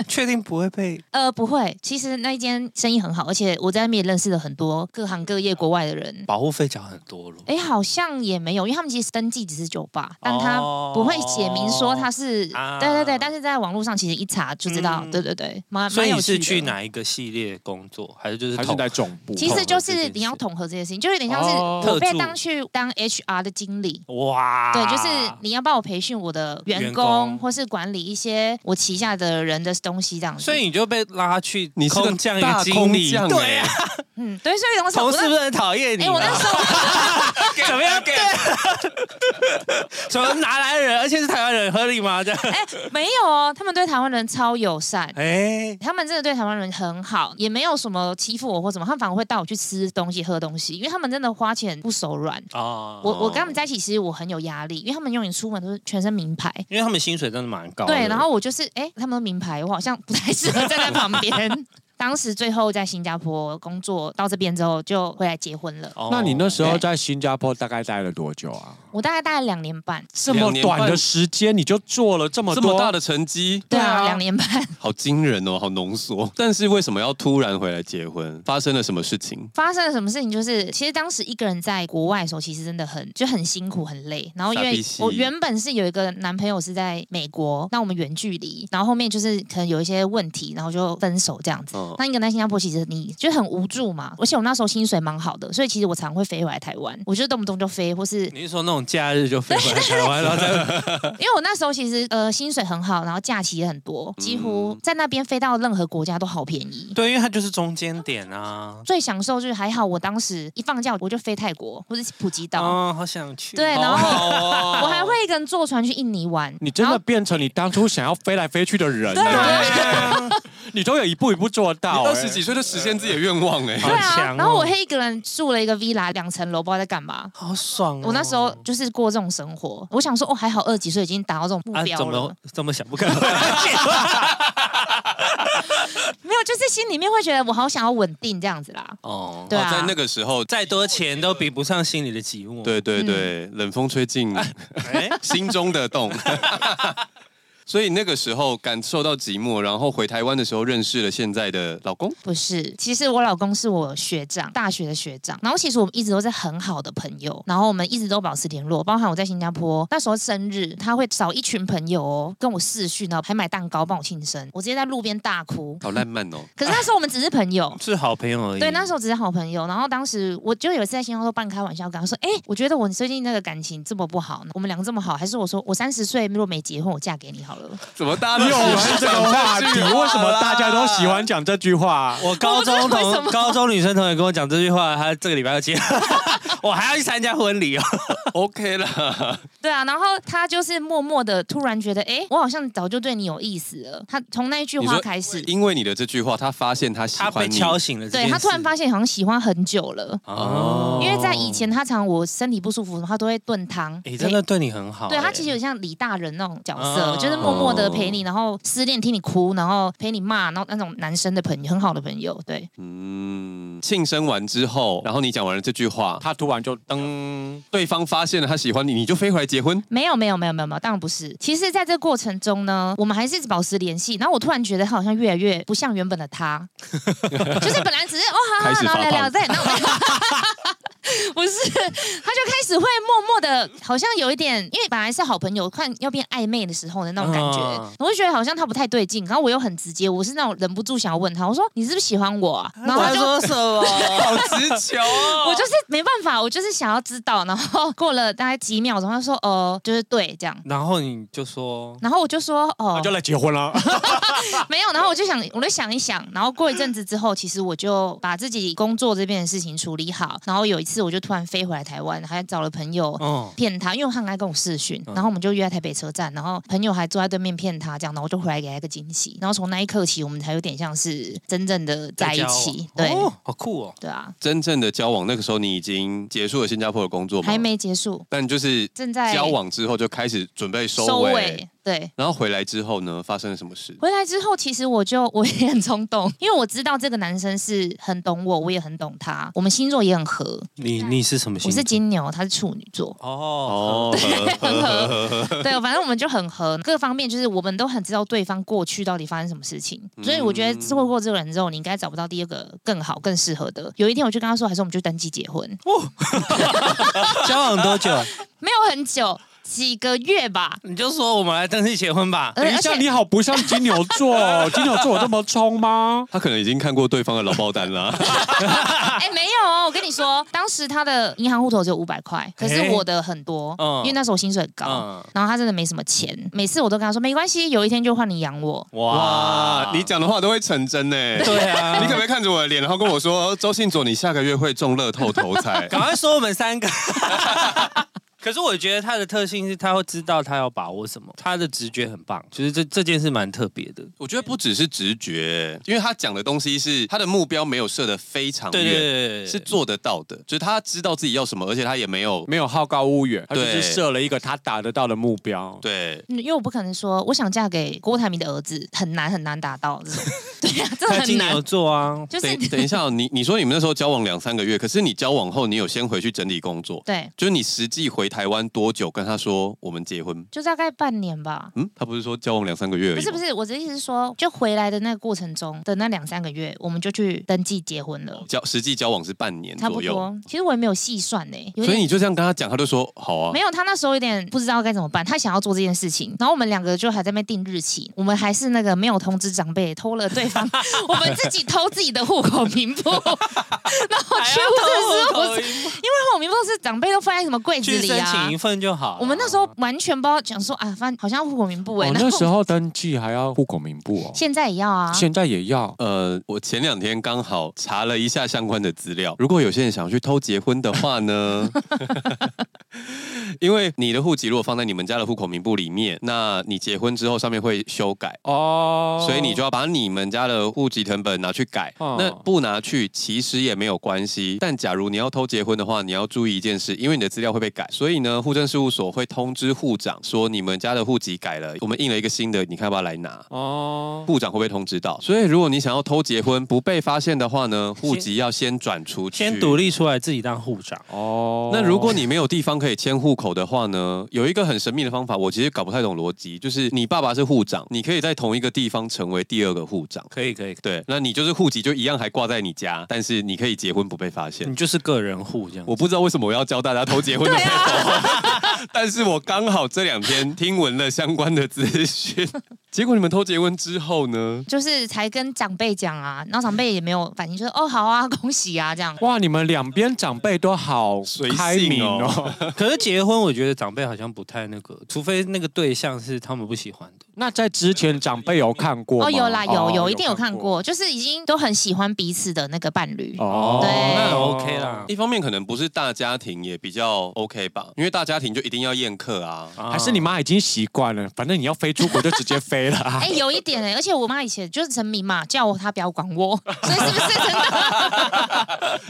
Speaker 1: 确定不会被
Speaker 4: 呃，不会，其实那一间生意很好，而且我在那边也认识了很多各行各业国外的人。
Speaker 1: 保护费缴很多了。
Speaker 4: 哎，好像也没有，因为他们其实登记只是酒吧，但他
Speaker 1: 哦
Speaker 4: 不会写明说他是。
Speaker 1: 啊
Speaker 4: 对对对，但是在网络上其实一查就知道。
Speaker 1: 嗯
Speaker 4: 对对对，蛮
Speaker 1: 所
Speaker 4: 蛮
Speaker 1: 以
Speaker 4: 有
Speaker 1: 你是
Speaker 4: 趣
Speaker 1: 去
Speaker 4: 的。
Speaker 1: 哪一个系列工作，还是就是
Speaker 2: 还
Speaker 1: 同
Speaker 2: 是在总部？
Speaker 4: 其
Speaker 1: 统
Speaker 4: 实
Speaker 1: 合
Speaker 4: 就
Speaker 1: 这
Speaker 4: 是
Speaker 1: 件
Speaker 4: 你要
Speaker 1: 事
Speaker 4: 统合这些事情，就有点像是
Speaker 2: 哦
Speaker 4: 我被
Speaker 1: 特助
Speaker 4: 当去当 HR 的经理，
Speaker 1: 哇？
Speaker 4: 对，就是你要帮我培训我的员
Speaker 1: 啊员
Speaker 4: 工，
Speaker 1: 工
Speaker 4: 或是管理一些我旗下的人的东西这样子。
Speaker 1: 所以你就被拉去
Speaker 3: 你是个
Speaker 1: 空降
Speaker 3: 大
Speaker 1: 的经
Speaker 3: 空
Speaker 1: 理，
Speaker 3: 降
Speaker 1: 对啊，
Speaker 4: 嗯，对，所以我那时候
Speaker 1: 同
Speaker 4: 我
Speaker 1: 事
Speaker 4: 那
Speaker 1: 不是很讨厌你啊
Speaker 4: 哎，我
Speaker 1: 吗？
Speaker 4: 那时 候
Speaker 1: 怎么样？ 对，什么拿来人，而且是台湾人，合理吗？这样，
Speaker 4: 哎没有哦，他们对台湾人超友善。
Speaker 1: 哎，
Speaker 4: 他们真的对台湾人很好，也没有什么欺负我或什么，他们反而会带我去吃东西、喝东西，因为他们真的花钱不手软。
Speaker 1: 哦，
Speaker 4: 我我跟他们在一起，其实我很有压力，因为他们永远出门都是全身名牌，
Speaker 1: 因为他们薪水真的蛮高的，
Speaker 4: 对，然后我就是哎、诶他们都名牌，我好像不太适合站在旁边。当时最后在新加坡工作到这边之后，就回来结婚了。
Speaker 1: 哦
Speaker 2: 那你那时候
Speaker 4: 对
Speaker 2: 在新加坡大概待了多久啊？
Speaker 4: 我大概待了两年半，
Speaker 2: 这
Speaker 3: 两
Speaker 2: 么
Speaker 3: 年半
Speaker 2: 短的时间你就做了这么
Speaker 3: 这
Speaker 2: 多
Speaker 3: 么大的成绩，
Speaker 4: 对
Speaker 2: 对
Speaker 4: 啊，
Speaker 2: 啊
Speaker 4: 两年半。
Speaker 3: 好惊人哦，好浓缩。但是为什么要突然回来结婚？发生了什么事情？
Speaker 4: 发生了什么事情？就是其实当时一个人在国外的时候，其实真的很就很辛苦很累。然后因
Speaker 3: 傻
Speaker 4: 为
Speaker 3: 逼兮
Speaker 4: 我原本是有一个男朋友是在美国，那我们远距离，然后后面就是可能有一些问题，然后就分手这样子。
Speaker 3: 嗯
Speaker 4: 那一个人在新加坡，其实你就很无助嘛。而且我那时候薪水蛮好的，所以其实我常会飞回来台湾，我就动不动就飞，或是
Speaker 1: 你是说那种假日就飞回来台湾，然后 再
Speaker 4: 因为我那时候其实呃薪水很好，然后假期也很多，几
Speaker 1: 嗯
Speaker 4: 乎在那边飞到任何国家都好便宜。
Speaker 1: 对，因为它就是中间点啊。
Speaker 4: 最享受就是还好，我当时一放假我就飞泰国或者是普吉岛，
Speaker 1: 哦，好想去。
Speaker 4: 对，然 后
Speaker 3: 哦，
Speaker 4: 我还会一个人坐船去印尼玩。
Speaker 2: 你真
Speaker 4: 然
Speaker 2: 的
Speaker 4: 后
Speaker 2: 变成你当初想要飞来飞去的人了，
Speaker 1: 啊，
Speaker 2: 你都有一步一步做到、
Speaker 3: 二
Speaker 2: 哎
Speaker 3: 十几岁就实现自己的愿望哎、
Speaker 1: 欸好
Speaker 4: 对啊，
Speaker 1: 强哦
Speaker 4: 然后我还一个人住了一个 villa 两层楼，不知道在干嘛。
Speaker 1: 好爽哦！
Speaker 4: 我那时候就是过这种生活，我想说，哦，还好二十几岁已经达到这种目
Speaker 1: 啊，
Speaker 4: 标
Speaker 1: 怎
Speaker 4: 了，
Speaker 1: 么这么想 不可能？
Speaker 4: 没有，就是心里面会觉得我好想要稳定这样子啦。
Speaker 1: 哦，
Speaker 4: 对啊，
Speaker 3: 哦在那个时候，
Speaker 1: 再多钱都比不上心里的寂寞。
Speaker 3: 对对对，
Speaker 1: 嗯
Speaker 3: 冷风吹进
Speaker 1: 哎，
Speaker 3: 心中 的洞。所以那个时候感受到寂寞，然后回台湾的时候认识了现在的老公。
Speaker 4: 不是，其实我老公是我学长，大学的学长。然后其实我们一直都是很好的朋友，然后我们一直都保持联络。包含我在新加坡那时候生日，他会找一群朋友哦跟我视讯，然后还买蛋糕帮我庆生。我直接在路边大哭。
Speaker 3: 好浪漫哦！
Speaker 4: 可是那时候我们只是朋友，
Speaker 1: 是好朋友而已。
Speaker 4: 对，那时候只是好朋友。然后当时我就有一次在新加坡半开玩笑跟他说：“哎、我觉得我最近那个感情这么不好，我们两个这么好，还是我说我三十岁如果没结婚，我嫁给你好了。
Speaker 3: 怎么大家
Speaker 2: 又
Speaker 3: 都喜
Speaker 2: 玩
Speaker 3: 欢
Speaker 2: 这个话 题，为什么大家都喜欢讲这句话？
Speaker 1: 我高中
Speaker 4: 我不知道为什
Speaker 1: 同
Speaker 4: 么
Speaker 1: 高中女生同学跟我讲这句话，她这个礼拜要结婚， 我还要去参加婚礼哦。
Speaker 3: ？OK 啦，”
Speaker 4: 对啊，然后他就是默默的突然觉得：“哎、我好像早就对你有意思了。”他从那一句
Speaker 3: 你
Speaker 4: 话
Speaker 3: 说
Speaker 4: 开始，
Speaker 3: 因为你的这句话，他发现他喜
Speaker 1: 她被
Speaker 3: 欢你，
Speaker 1: 敲醒了这件
Speaker 4: 对
Speaker 1: 事，
Speaker 4: 他突然发现好像喜欢很久了，
Speaker 1: 哦，
Speaker 4: 因为在以前他常我身体不舒服，他都会炖汤。
Speaker 1: 哎，真的对你很好。
Speaker 4: 对他其实
Speaker 1: 哎
Speaker 4: 有像李大人那种角色，
Speaker 1: 哦
Speaker 4: 就是默默的陪你，然后失恋听你哭，然后陪你骂，然后那种男生的朋友，很好的朋友，对。
Speaker 3: 嗯，庆生完之后，然后你讲完了这句话，
Speaker 2: 他突然就噔，
Speaker 3: 嗯，对方发现了他喜欢你，你就飞回来结婚。
Speaker 4: 没有没有没有没有没有，当然不是。其实，在这过程中呢，我们还是一直保持联系。然后我突然觉得他好像越来越不像原本的他，就是本来只是哦好
Speaker 3: 开
Speaker 4: 好，
Speaker 3: 始
Speaker 4: 然后
Speaker 3: 发
Speaker 4: 聊聊
Speaker 3: 胖
Speaker 4: 对，然后 不是，他就开始会默默的，好像有一点，因为本来是好朋友，看要变暧昧的时候的那种感觉，
Speaker 1: 嗯
Speaker 4: 我就觉得好像他不太对劲。然后我又很直接，我是那种忍不住想要问他，我说你是不是喜欢我啊？然后他
Speaker 1: 他
Speaker 4: 就
Speaker 1: 说什么？
Speaker 3: 好直球哦！
Speaker 4: 我就是没办法，我就是想要知道。然后过了大概几秒钟，他说呃，就是对这样。
Speaker 1: 然后你就说，
Speaker 4: 然后我就说哦
Speaker 2: 他，就来结婚了。
Speaker 4: 没有，然后我就想，我就想一想，然后过一阵子之后，其实我就把自己工作这边的事情处理好。然后有一次，我就突然飞回来台湾，还找了朋友
Speaker 1: 哦，
Speaker 4: 骗他，因为他很爱跟我视讯，
Speaker 1: 嗯
Speaker 4: 然后我们就约在台北车站，然后朋友还坐在对面骗他，这样，然后我就回来给他一个惊喜。然后从那一刻起，我们才有点像是真正的在一起，
Speaker 1: 在
Speaker 4: 对、
Speaker 1: 交往哦好酷哦。
Speaker 4: 对啊，
Speaker 3: 真正的交往，那个时候你已经结束了
Speaker 1: 哦
Speaker 3: 新加坡的工作吗？
Speaker 4: 还，没结束，
Speaker 3: 但就是
Speaker 4: 正在
Speaker 3: 交往之后就开始准备收
Speaker 4: 收
Speaker 3: 尾。
Speaker 4: 尾。对，
Speaker 3: 然后回来之后呢，发生了什么事？
Speaker 4: 回来之后，其实我就我也很冲动， 因为我知道这个男生是很懂我，我也很懂他，我们星座也很合。
Speaker 1: 你你是什么星
Speaker 4: 我
Speaker 1: 座？
Speaker 4: 是金牛，他是处 女座，
Speaker 1: 哦
Speaker 3: 哦，呵呵呵呵呵
Speaker 4: 对，反正我们就很合，各方面就是我们都很知道对方过去到底发生什么事情，
Speaker 2: 嗯
Speaker 4: 所以我觉得错过这个人之后，你应该找不到第二个更好、更适合的。有一天我就跟他说，还是我们就登记结婚，
Speaker 1: 呵，交往多久？
Speaker 4: 没有很久，几个月吧。呃
Speaker 1: 你就说我们来登记结婚吧。
Speaker 4: 而
Speaker 2: 哎等一
Speaker 4: 且
Speaker 2: 下，你好不像金牛座 哦，金牛座有这么冲吗？
Speaker 3: 他可能已经看过对方的劳报 单啦。
Speaker 4: 哎、没有哦，我跟你说，当时他的银行户头只有五百块，可是我的很多，
Speaker 1: 嗯
Speaker 4: 因为那时候我薪水很高，
Speaker 1: 嗯
Speaker 4: 然后他真的没什么钱，每次我都跟他说没关系，有一天就换你养我。
Speaker 3: 哇，啊你讲的话都会成真呢。
Speaker 1: 对啊，
Speaker 3: 你可不可以看着我的脸，然后跟我说，周信佐，你下个月会中乐透头 彩？
Speaker 1: 赶快说我们三个。可是我觉得他的特性是，他会知道他要把握什么，他的直觉很棒。其实这这件事蛮特别的。
Speaker 3: 我觉得不只是直觉，欸因为他讲的东西是他的目标没有设的非常
Speaker 1: 对对
Speaker 3: 远，
Speaker 1: 对对，
Speaker 3: 是
Speaker 1: 是
Speaker 3: 做得到的，就是他知道自己要什么，而且他也没有
Speaker 2: 没有好高骛远，他就
Speaker 3: 对
Speaker 2: 是设了一个他达得到的目标。
Speaker 3: 对。
Speaker 4: 嗯因为我不可能说我想嫁给郭台铭的儿子，很难很难达到 这种。对呀、这
Speaker 1: 他
Speaker 4: 很
Speaker 1: 金
Speaker 4: 难
Speaker 1: 牛，座 啊。
Speaker 4: 就是
Speaker 3: 等等一下哦，你你说你们那时候交往两三个月，可是你交往后，你有先回去整理工作，
Speaker 4: 对，
Speaker 3: 就是你实际回台湾多久跟他说我们结婚？
Speaker 4: 就大概半年吧。
Speaker 3: 嗯，他不是说交往两三个月而已
Speaker 4: 不
Speaker 3: 吗
Speaker 4: 是不，是，我的意思是说，就回来的那个过程中的那两三个月，我们就去登记结婚
Speaker 1: 哦
Speaker 4: 了，
Speaker 3: 交实际交往是半年
Speaker 4: 差不
Speaker 3: 左右，
Speaker 4: 多。其实我也没有细算呢、有
Speaker 3: 所以
Speaker 4: 点。
Speaker 3: 你就这样跟他讲，他就说好啊
Speaker 4: 没。有，他那时候有点不知道该怎么办，他想要做这件事情，然后我们两个就还在那边定日期，我们还是那个没有通知长辈，偷了对 方，我们自己偷自己的户口名簿，然后去户政事务所，因为我名簿是长辈都放在什么柜子
Speaker 1: 去
Speaker 4: 里
Speaker 1: 申
Speaker 4: 啊
Speaker 1: 请一。份就好了。
Speaker 4: 我们那时候完全不知道，讲说啊，反正好像户口名簿哎、
Speaker 2: 哦，
Speaker 4: 然
Speaker 2: 那
Speaker 4: 后
Speaker 2: 时候登记还要户口名簿哦，
Speaker 4: 现在也要啊。
Speaker 2: 现在也要。
Speaker 3: 呃，我前两天刚好查了一下相关的资料。如果有些人想要去偷结婚的话呢， 因为你的户籍如果放在你们家的户口名簿里面，那你结婚之后上面会修改，
Speaker 2: 哦，
Speaker 3: 所以你就要把你们家的户籍成本拿去改。
Speaker 2: 哦
Speaker 3: 那不拿去其实也没有关系，但假如你要偷结婚的话，你要注意一件事，因为你的资料会被改，所以呢，户政事务所会通知户长说你们家的户籍改了，我们印了一个新的，你看要不要来拿？
Speaker 2: 哦，
Speaker 3: 部长会不会通知到？所以如果你想要偷结婚不被发现的话呢，户籍要先转出去。
Speaker 1: 先独立出来自己当户长。
Speaker 2: 哦，
Speaker 3: 那如果你没有地方可以迁户口的话呢，有一个很神秘的方法，我其实搞不太懂逻辑，就是你爸爸是户长，你可以在同一个地方成为第二个户长。
Speaker 1: 可以可以，
Speaker 3: 对，那你就是户籍就一样还挂在你家，但是你可以结婚不被发现
Speaker 1: 你。就是个人户这样。
Speaker 3: 我不知道为什么我要教大家偷结婚的朋
Speaker 1: 啊
Speaker 3: 友，但是我刚好这两天听闻了相关的资讯。结果你们偷结婚之后呢？
Speaker 4: 就是才跟长辈讲啊，然后长辈也没有反应，就是哦好啊，恭喜啊这样。
Speaker 2: 哇，你们两边长辈都好
Speaker 3: 随性哦
Speaker 2: 开明 哦。
Speaker 1: 可是结婚，我觉得长辈好像不太那个，除非那个对象是他们不喜欢的。
Speaker 2: 那在之前长辈有看过吗
Speaker 4: 哦有啦有
Speaker 2: 哦
Speaker 4: 有一定有看过，就是已经都很喜欢彼此的那个伴侣。
Speaker 2: 哦，
Speaker 4: 对
Speaker 1: 那很 OK 啦。
Speaker 3: 一方面可能不是大家庭也比较 OK 吧，因为大家庭就一定要宴客 啊。
Speaker 2: 还是你妈已经习惯了，反正你要飞出国就直接飞了啊
Speaker 4: 哎、。有一 点哎、而且我妈以前就是沉迷嘛，叫我她不要管我， 所以是不是真的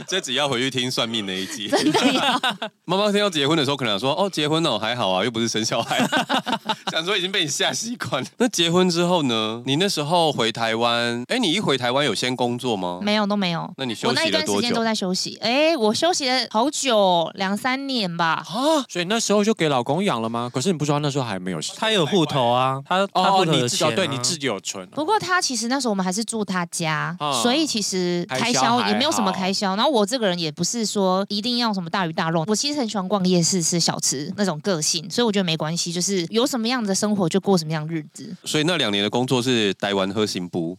Speaker 3: 这只要回去听算命那一 集，
Speaker 4: 真的呀？
Speaker 3: 妈妈听到结婚的时候，可能想说哦，结婚哦还好啊，又不是生小 孩，想说已经被你吓习惯了。 那结婚之后呢？你那时候回台湾，哎，你一回台湾有先工作吗？
Speaker 4: 没有都没有。
Speaker 3: 那你休
Speaker 4: 我那
Speaker 3: 息
Speaker 4: 一
Speaker 3: 了
Speaker 4: 段时
Speaker 3: 多
Speaker 4: 间
Speaker 3: 久
Speaker 4: 都？在休息，哎、我休息了好久哦，两三年吧。
Speaker 2: 啊， 所以那时候就给老公养了吗？可是你不说他那时候还没有，
Speaker 1: 他有户头啊，他他
Speaker 2: 哦，
Speaker 1: 户头
Speaker 2: 你
Speaker 1: 有
Speaker 2: 自
Speaker 1: 钱啊、
Speaker 2: 己哦对你自己有存
Speaker 4: 不过她其实那时候我们还是住她家，
Speaker 2: 啊
Speaker 4: 所以其实
Speaker 2: 开
Speaker 4: 开
Speaker 2: 销
Speaker 4: 销
Speaker 2: 还
Speaker 4: 也没有什么
Speaker 2: 好
Speaker 4: 开销。然后我这个人也不是说一定要什么大鱼大肉，我其实很喜欢逛夜市吃小吃那种个性，所以我觉得没关系，就是有什么样的生活就过什么样的日子。
Speaker 3: 所以那两年的工作是台湾喝行不？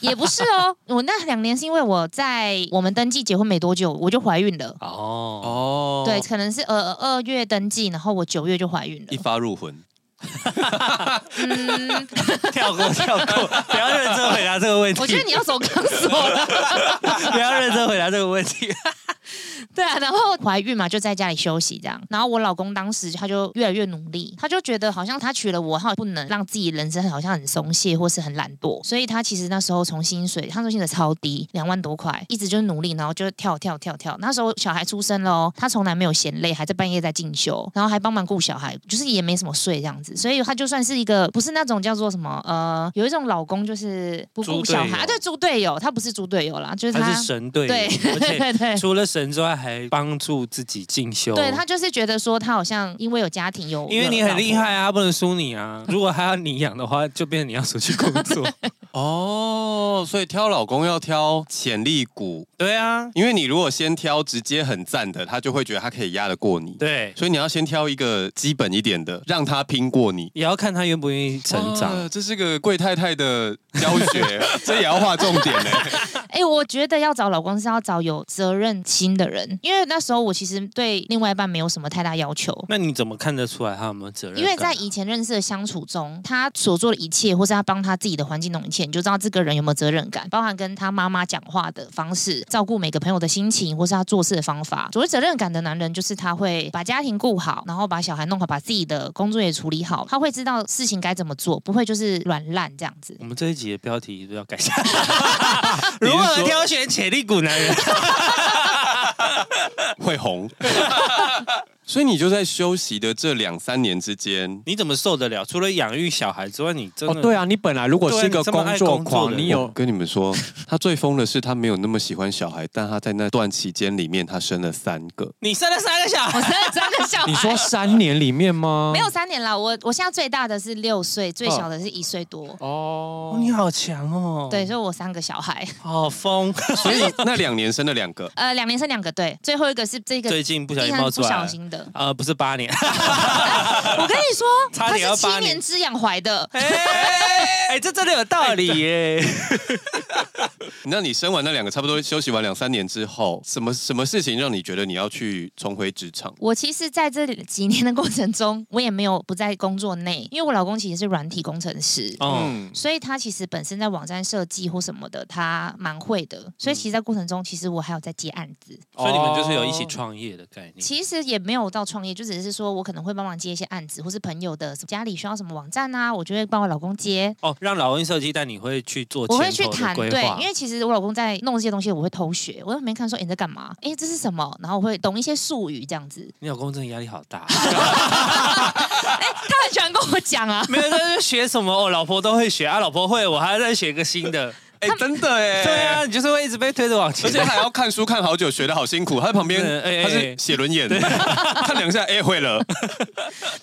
Speaker 4: 也不是哦，我那两年是因为我在我们登记结婚没多久，我就怀孕了。
Speaker 1: 哦，
Speaker 3: 哦
Speaker 4: 对，，可能是呃二月登记，然后我九月就怀孕
Speaker 3: 一
Speaker 4: 了。
Speaker 3: 发入魂。
Speaker 4: 嗯，
Speaker 1: 跳过跳过， 不要认真回答这个问题。
Speaker 4: 我觉得你要走钢索了。
Speaker 1: 不要认真回答这个问题。
Speaker 4: 对啊，然后怀孕嘛，就在家里休息这样。然后我老公当时他就越来越努力，他就觉得好像他娶了我，他不能让自己人生好像很松懈或是很懒惰，所以他其实那时候从薪水，他说薪水超低，两万多块，一直就努力，然后就跳跳跳跳。那时候小孩出生了哦，他从来没有嫌累，还在半夜在进修，然后还帮忙顾小孩，就是也没什么睡这样子。所以他就算是一个不是那种叫做什么呃，有一种老公就是不顾
Speaker 1: 猪
Speaker 4: 小
Speaker 1: 队
Speaker 4: 孩，
Speaker 1: 友
Speaker 4: 啊对，猪队 友，他不是猪队友啦，就是
Speaker 1: 他是神队友，
Speaker 4: 对
Speaker 1: 而且
Speaker 4: 对对。
Speaker 1: 除了神之外，还帮助自己进修。
Speaker 4: 对他就是觉得说，他好像因为有家庭有，
Speaker 1: 因为你很厉害啊，不能输你 啊。如果他要你养的话，就变成你要出去工作。
Speaker 3: 哦，所以挑老公要挑潜力股，
Speaker 1: 对啊，
Speaker 3: 因为你如果先挑直接很赞的，他就会觉得他可以压得过你。，
Speaker 1: 对，
Speaker 3: 所以你要先挑一个基本一点的，让他拼过你。
Speaker 1: 也要看他愿不愿意成长。
Speaker 3: 啊这是个贵太太的教学， 这也要划重点欸呢。
Speaker 4: 有老婆。哎、我觉得要找老公是要找有责任心的人，因为那时候我其实对另外一半没有什么太大要求。
Speaker 1: 那你怎么看得出来他有没有责任感？
Speaker 4: 因为在以前认识的相处中，他所做的一切，或是他帮他自己的环境弄一切，你就知道这个人有没有责任感，包含跟他妈妈讲话的方式，照顾每个朋友的心情，或是他做事的方法。所谓责任感的男人，就是他会把家庭顾好，然后把小孩弄好，把自己的工作也处理好，他会知道事情该怎么做，不会就是软烂这样子
Speaker 1: 我。们这一集的标题都要 改一下，如何挑选潜力股男人？
Speaker 3: 会 红。所以你就在休息的这两三年之间，
Speaker 1: 你怎么受得了？除了养育小孩之外，你真
Speaker 2: 哦
Speaker 1: 的、，
Speaker 2: 对啊，你本来如果
Speaker 1: 对啊
Speaker 2: 是一个
Speaker 1: 你这么
Speaker 2: 工
Speaker 1: 爱
Speaker 2: 作
Speaker 1: 工作
Speaker 2: 狂，
Speaker 1: 的
Speaker 2: 你
Speaker 1: 人
Speaker 3: 我
Speaker 2: 有
Speaker 3: 跟你们说，他最疯的是他没有那么喜欢小孩，但他在那段期间里面，他生了三 个。
Speaker 1: 你生了三个小
Speaker 4: 我
Speaker 1: 孩，
Speaker 4: 真的 真的笑。
Speaker 2: 你说三年里面吗？
Speaker 4: 没有三年了，我我现在最大的是六岁，最小的是一岁多。
Speaker 1: 哦，
Speaker 2: 哦
Speaker 1: 你好强哦！
Speaker 4: 对，，所以我三个小孩，
Speaker 1: 好疯。
Speaker 3: 所以那两年生了两个，
Speaker 4: 呃，两年生两个，对，最后一个是这个
Speaker 1: 最近不小
Speaker 4: 第
Speaker 1: 心
Speaker 4: 三
Speaker 1: 冒
Speaker 4: 不
Speaker 1: 出来
Speaker 4: 小
Speaker 1: 了，
Speaker 4: 心的，
Speaker 1: 呃，不是八年，
Speaker 4: 我跟你说，
Speaker 1: 差
Speaker 4: 他
Speaker 1: 点
Speaker 4: 是
Speaker 1: 要
Speaker 4: 七
Speaker 1: 八
Speaker 4: 年
Speaker 1: 年
Speaker 4: 之痒怀的，
Speaker 1: 哎、哎这真的有道理耶！
Speaker 3: 那你生完那两个，差不多休息完两三年之后，什么什么事情让你觉得你要去重回职场？
Speaker 4: 我其实在这几年的过程中，我也没有不在工作内，因为我老公其实是软体工程师。
Speaker 1: 嗯，
Speaker 4: 所以他其实本身在网站设计或什么的，他蛮会的。所以其实，在过程中，其实我还有在接案子，
Speaker 1: 所以你们就是有一起
Speaker 2: 哦
Speaker 1: 创业的概念。
Speaker 4: 其实也没有到创业，就只是说我可能会帮忙接一些案子，或是朋友的什么家里需要什么网站啊，我就会帮我老公接。
Speaker 1: 哦，让老公设计，但你会去做
Speaker 4: 我
Speaker 1: 前
Speaker 4: 会去
Speaker 1: 头
Speaker 4: 谈
Speaker 1: 的规
Speaker 4: 对
Speaker 1: 划，，
Speaker 4: 因为其实我老公在弄这些东西，我会偷学，我在旁边看说，哎、你在干嘛？哎、这是什么？然后我会懂一些术语这样子。
Speaker 1: 你老公真的压力好大。
Speaker 4: 他很喜欢跟我讲啊，
Speaker 1: 没有，他就学什么，我、老婆都会学啊，老婆会，我还要再学个新的。
Speaker 3: 哎、真的 哎、
Speaker 1: 对啊，，你就是会一直被推着往前。
Speaker 3: 而且还要看书看好久，学的好辛苦。他在旁边，
Speaker 1: 嗯哎哎
Speaker 3: 他是写轮眼， 看两下，哎、会 了。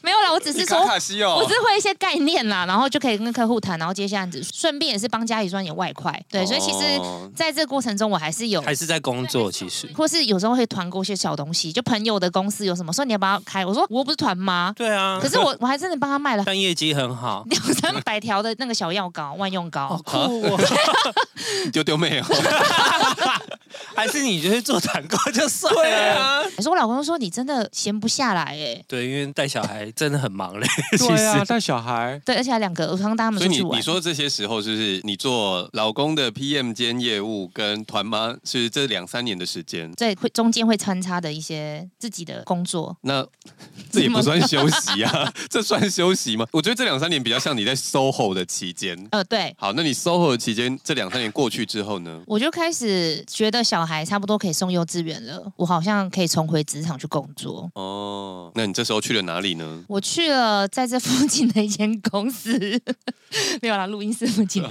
Speaker 4: 没有啦，我只是说
Speaker 3: 卡卡西哦
Speaker 1: 啊
Speaker 4: 我是会一些概念啦，然后就可以跟客户谈，然后接下案子，顺便也是帮家里赚点外快。对，所以其实
Speaker 3: 哦
Speaker 4: 在这过程中，我还是有。
Speaker 1: 还是在工作，其 实。
Speaker 4: 或是有时候会团购一些小东西，就朋友的公司有什么说你要不要开，我说我又不是团妈，
Speaker 1: 对
Speaker 3: 嗯
Speaker 1: 啊，
Speaker 4: 可是我我还真的帮他卖了
Speaker 1: 但业绩很好。
Speaker 4: 两三百条的那个小药膏、万用膏，
Speaker 1: 酷哦！
Speaker 3: 丢丢妹哦，
Speaker 1: 还是你就是做团购就算了。
Speaker 4: 可是我老公说你真的闲不下来哎，
Speaker 1: 对，因为带小孩真的很忙嘞。其
Speaker 2: 对啊，
Speaker 1: 实，
Speaker 2: 带小孩
Speaker 4: 对，而且还两个，我常带他们
Speaker 3: 所以
Speaker 4: 出
Speaker 3: 你
Speaker 4: 去玩
Speaker 3: 你。说这些时候，就是你做老公的 PM 兼业务跟团妈，是这两三年的时间，
Speaker 4: 对，会中间会穿插的一些自己的工作，
Speaker 3: 那这也不算休息啊， 这算休息吗？我觉得这两三年比较像你在 SOHO 的期间。
Speaker 4: 呃，对，
Speaker 3: 好，那你 SOHO 的期间，这两三年过去之后呢？
Speaker 4: 我就开始觉得小孩差不多可以送幼稚园了，我好像可以重回职场去工作。
Speaker 3: 哦，那你这时候去了哪里 呢？
Speaker 4: 我去了在这附近的一间公司， 没有啦，录音室附近 的，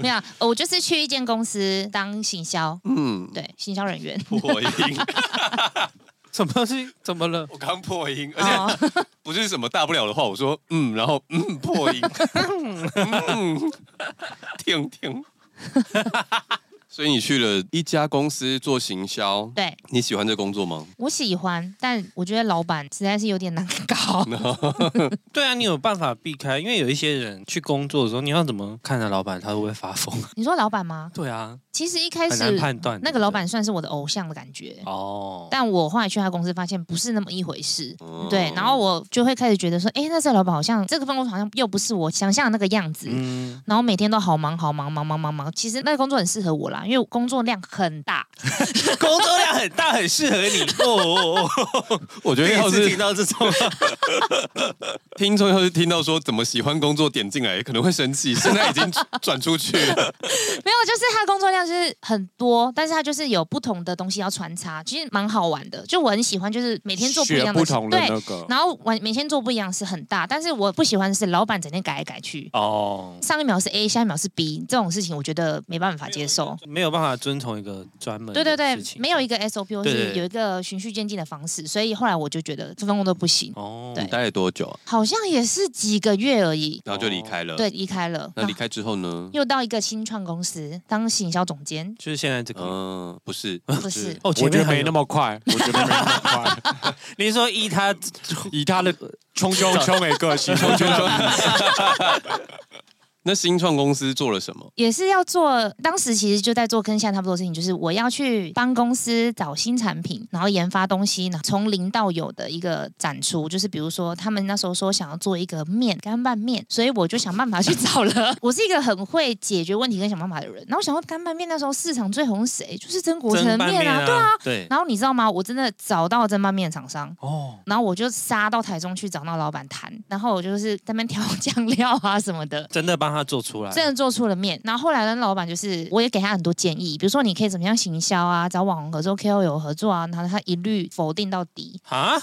Speaker 4: 没有啊，呃我就是去一间公司当行销，
Speaker 3: 嗯，
Speaker 4: 对，行销人员。
Speaker 3: 破音，
Speaker 1: 什么东西？怎么了？
Speaker 3: 我刚破音，而且
Speaker 4: 哦，
Speaker 3: 不是什么大不了的话，我说嗯，然后嗯破音，嗯，听听。所以你去了一家公司做行销，
Speaker 4: 对
Speaker 3: 你喜欢这工作吗？
Speaker 4: 我喜欢，但我觉得老板实在是有点难 搞。
Speaker 1: 对啊，你有办法避开？因为有一些人去工作的时候，你要怎么看着老板，他会不会发疯？
Speaker 4: 你说老板吗？
Speaker 1: 对啊，
Speaker 4: 其实一开
Speaker 1: 很难
Speaker 4: 始
Speaker 1: 判断。
Speaker 4: 那个老板算是我的偶像的感觉，
Speaker 1: 哦，
Speaker 4: 但我后来去他公司发现不是那么一回事。
Speaker 3: 哦
Speaker 4: 对，然后我就会开始觉得说，哎，那这老板好像这个办公室好像又不是我想象的那个样子。
Speaker 1: 嗯，
Speaker 4: 然后每天都好忙好忙忙忙忙忙，其实那个工作很适合我啦，啦，因为工作量很大，
Speaker 1: 工作量很大，很适合你哦。
Speaker 3: 我觉得要
Speaker 1: 是
Speaker 3: 是
Speaker 1: 听到这种，
Speaker 3: 听众要是听到说怎么喜欢工作点进来，可能会生 气。现在已经转出去了，
Speaker 4: 没有，就是他工作量就是很多，但是他就是有不同的东西要穿插，其实蛮好玩的。就我很喜欢，就是每天做不一
Speaker 2: 学
Speaker 4: 样的
Speaker 2: 不
Speaker 4: 事，
Speaker 2: 同的
Speaker 4: 对，
Speaker 2: 那个，
Speaker 4: 然后完每天做不一样是很大，但是我不喜欢的是老板整天改来改去。
Speaker 1: 哦，
Speaker 4: 上一秒是 A，下一秒是 B，这种事情我觉得没办法接受。
Speaker 1: 没有办法遵从一个专门
Speaker 4: 对对对
Speaker 1: 的事，情
Speaker 4: 没有一个 SOP 或
Speaker 1: 对对
Speaker 4: 是
Speaker 1: 对
Speaker 4: 有一个循序渐进的方式，所以后来我就觉得这份工作不行，
Speaker 1: 哦，
Speaker 4: 对
Speaker 3: 待了多久啊？
Speaker 4: 好像也是几个月而已，
Speaker 3: 然后就离开了。
Speaker 4: 对，离开了，
Speaker 3: 嗯那离开之后呢？
Speaker 4: 又到一个新创公司当行销总监，
Speaker 1: 就是现在这个。
Speaker 3: 嗯，不是，
Speaker 4: 不是
Speaker 1: 哦，
Speaker 2: 我
Speaker 1: 前
Speaker 2: 觉
Speaker 1: 面
Speaker 2: 得
Speaker 1: 还
Speaker 2: 没
Speaker 1: 有
Speaker 2: 那么快，我觉得没 那么快。
Speaker 1: 你是说依他
Speaker 2: 以他的冲冲冲美个性，冲冲冲，
Speaker 3: 那新创公司做了什么？
Speaker 4: 也是要做，当时其实就在做跟现在差不多的事情，就是我要去帮公司找新产品，然后研发东西，然后从零到有的一个展出。就是比如说，他们那时候说想要做一个面干拌面，所以我就想办法去找了。 我是一个很会解决问题跟想办法的人，然后想到干拌面那时候市场最红是谁，就是曾国成的
Speaker 1: 蒸拌
Speaker 4: 面啊，对啊。
Speaker 1: 啊，对
Speaker 4: 然后你知道吗？我真的找到蒸拌面厂商，
Speaker 1: 哦，
Speaker 4: 然后我就杀到台中去找那老板谈，然后我就是在那边调 酱料啊什么的，
Speaker 1: 真的帮他做出来，
Speaker 4: 真的做出了面。然后后来呢，老板就是我也给他很多建议，比如说你可以怎么样行销啊，找网红合作、KOL 合作啊，然后他一律否定到底，
Speaker 1: 啊，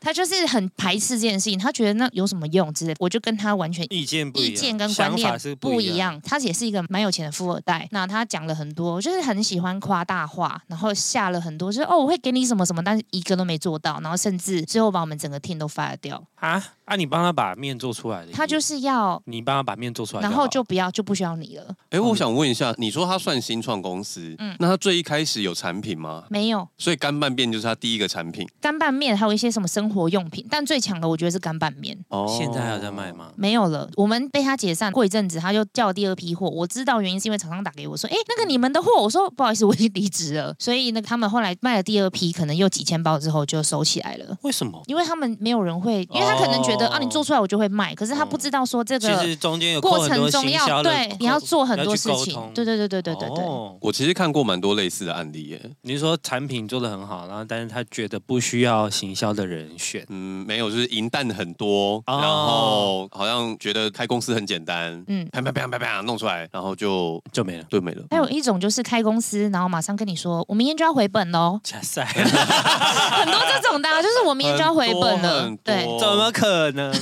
Speaker 4: 他就是很排斥这件事情，他觉得那有什么用之类，我就跟他完全。
Speaker 1: 意见不一
Speaker 4: 意
Speaker 1: 样，
Speaker 4: 见跟观
Speaker 1: 想法
Speaker 4: 念
Speaker 1: 是
Speaker 4: 不
Speaker 1: 一
Speaker 4: 一，样，他也是一个蛮有钱的富二代。那他讲了很多，就是很喜欢夸大话，然后下了很多，就是哦我会给你什么什么，但是一个都没做到，然后甚至最后把我们整个 team 都 fire 掉。
Speaker 1: 啊啊！你帮他把面做出来的，
Speaker 4: 他就是要，
Speaker 1: 你帮他把面做出来好，
Speaker 4: 然后就不要，就不需要你了。
Speaker 3: 哎，我想问一下，你说他算新创公司，
Speaker 4: 嗯
Speaker 3: 那他最一开始有产品吗？
Speaker 4: 没有，
Speaker 3: 所以干拌面就是他第一个产品
Speaker 4: 干拌面，还有一些什么生活用品，但最强的我觉得是干拌面。
Speaker 3: 哦
Speaker 1: 现在还有在卖？吗？
Speaker 4: 没有了，我们被他解散过一阵子，他就叫第二批货。我知道原因是因为厂商打给我说，哎，那个你们的货，我说不好意思，我已经离职了。所以呢，他们后来卖了第二批，可能又几千包之后就收起来了，
Speaker 1: 为什么？
Speaker 4: 因为他们没有人会，因为他可能觉得、
Speaker 1: 哦
Speaker 4: 啊，你做出来我就会卖，可是他不知道说这
Speaker 1: 其
Speaker 4: 个
Speaker 1: 实中间有扣
Speaker 4: 过
Speaker 1: 很多
Speaker 4: 程中
Speaker 1: 行
Speaker 4: 要
Speaker 1: 销的
Speaker 4: 对
Speaker 1: 扣
Speaker 4: 你要做很多事
Speaker 1: 要去沟
Speaker 4: 情，
Speaker 1: 通
Speaker 4: 对对对对对对对。
Speaker 1: 哦
Speaker 3: 我其实看过蛮多类似的案例耶，
Speaker 1: 你是说产品做的很好，然后但是他觉得不需要行销的人选，
Speaker 3: 嗯，没有，就是银弹很多，
Speaker 1: 哦
Speaker 3: 然后好像觉得开公司很简单，
Speaker 4: 嗯
Speaker 3: 嗯，啪啪啪啪啪弄出来，然后就
Speaker 1: 就没了。，
Speaker 3: 对没了。
Speaker 4: 还有一种就是开公司，然后马上跟你说，我明天就要回本喽
Speaker 1: 加塞，
Speaker 4: 很多这种的 啊、就是我明天就要回本了
Speaker 3: 很，多
Speaker 4: 对
Speaker 3: 很，多
Speaker 1: 怎么可 能？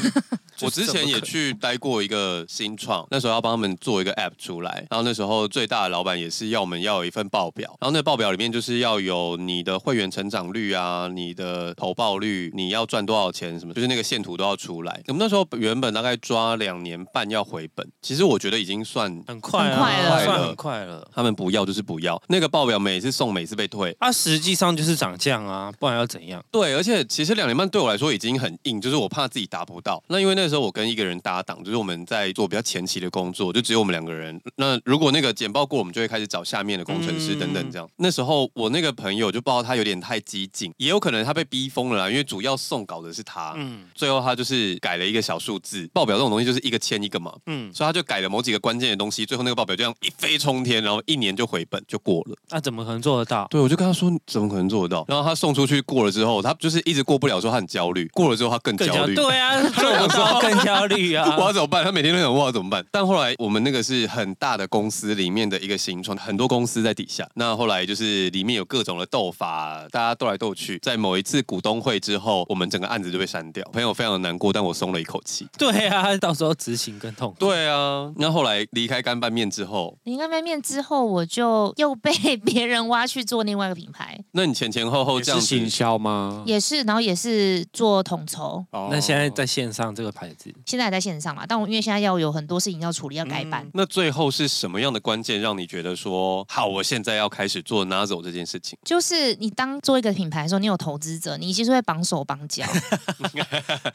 Speaker 3: 我之前也去待过一个新创，那时候要帮他们做一个 app 出来，然后那时候最大的老板也是要我们要有一份报表，然后那报表里面就是要有你的会员成长率啊，你的投报率，你要赚多少钱什么，就是那个线图都要出来。我们那时候原本大概抓两年半要回本，其实我觉得已经算
Speaker 1: 很快啊，
Speaker 4: 很快了
Speaker 1: 算很快了。
Speaker 3: 他们不要就是不要，那个报表每次送每次被退。
Speaker 1: 啊，实际上就是涨价啊，不然要怎样？
Speaker 3: 对，而且其实两年半对我来说已经很硬，就是我怕自己达不到。那因为那时候我跟一个人搭档，就是我们在做比较前期的工作，就只有我们两个人。那如果那个简报过，我们就会开始找下面的工程师
Speaker 1: 嗯
Speaker 3: 等等这样。那时候我那个朋友就不知道他有点太激进，也有可能他被逼疯了啦，因为主要送稿的是他。
Speaker 1: 嗯
Speaker 3: 最后他就是改了一个小数字，报表这种东西就是一个签一个嘛，
Speaker 1: 嗯，
Speaker 3: 所以他就改了某几个关键的东西，最后那个报表就这样一飞冲天，然后一年就回本就过了。
Speaker 1: 那、怎么可能做得到？
Speaker 3: 对，我就跟他说，怎么可能做得到？然后他送出去过了之后，他就是一直过不了，说他很焦虑。过了之后，他更
Speaker 1: 更
Speaker 3: 焦虑。
Speaker 1: 对啊，做不到更焦虑啊
Speaker 3: 我。要怎么办？他每天都想问我要怎么办。但后来我们那个是很大的公司里面的一个新创，很多公司在底下。那后来就是里面有各种的斗法，大家斗来斗去。在某一次股东会之后，我们整个案子就被删掉。朋友非常的难过，但我松了一口气。
Speaker 1: 对啊，到时候执行更痛苦。
Speaker 3: 对啊，那后来离开干拌面之后，
Speaker 4: 林干拌面之后，我就又被别人挖去做另外一个品牌，
Speaker 3: 那你前前后后这样
Speaker 2: 是
Speaker 3: 子
Speaker 2: 行，销
Speaker 3: 嗯
Speaker 2: 吗？
Speaker 4: 也是，然后也是做统筹，
Speaker 2: 哦
Speaker 1: 那现在在线上这个牌子，
Speaker 4: 现在还在线上嘛，但我因为现在要有很多事情要处理，要改版。
Speaker 3: 那最后是什么样的关键让你觉得说好，我现在要开始做 Nazo 这件事情？
Speaker 4: 就是你当做一个品牌的时候，你有投资者，你其实会绑手绑脚，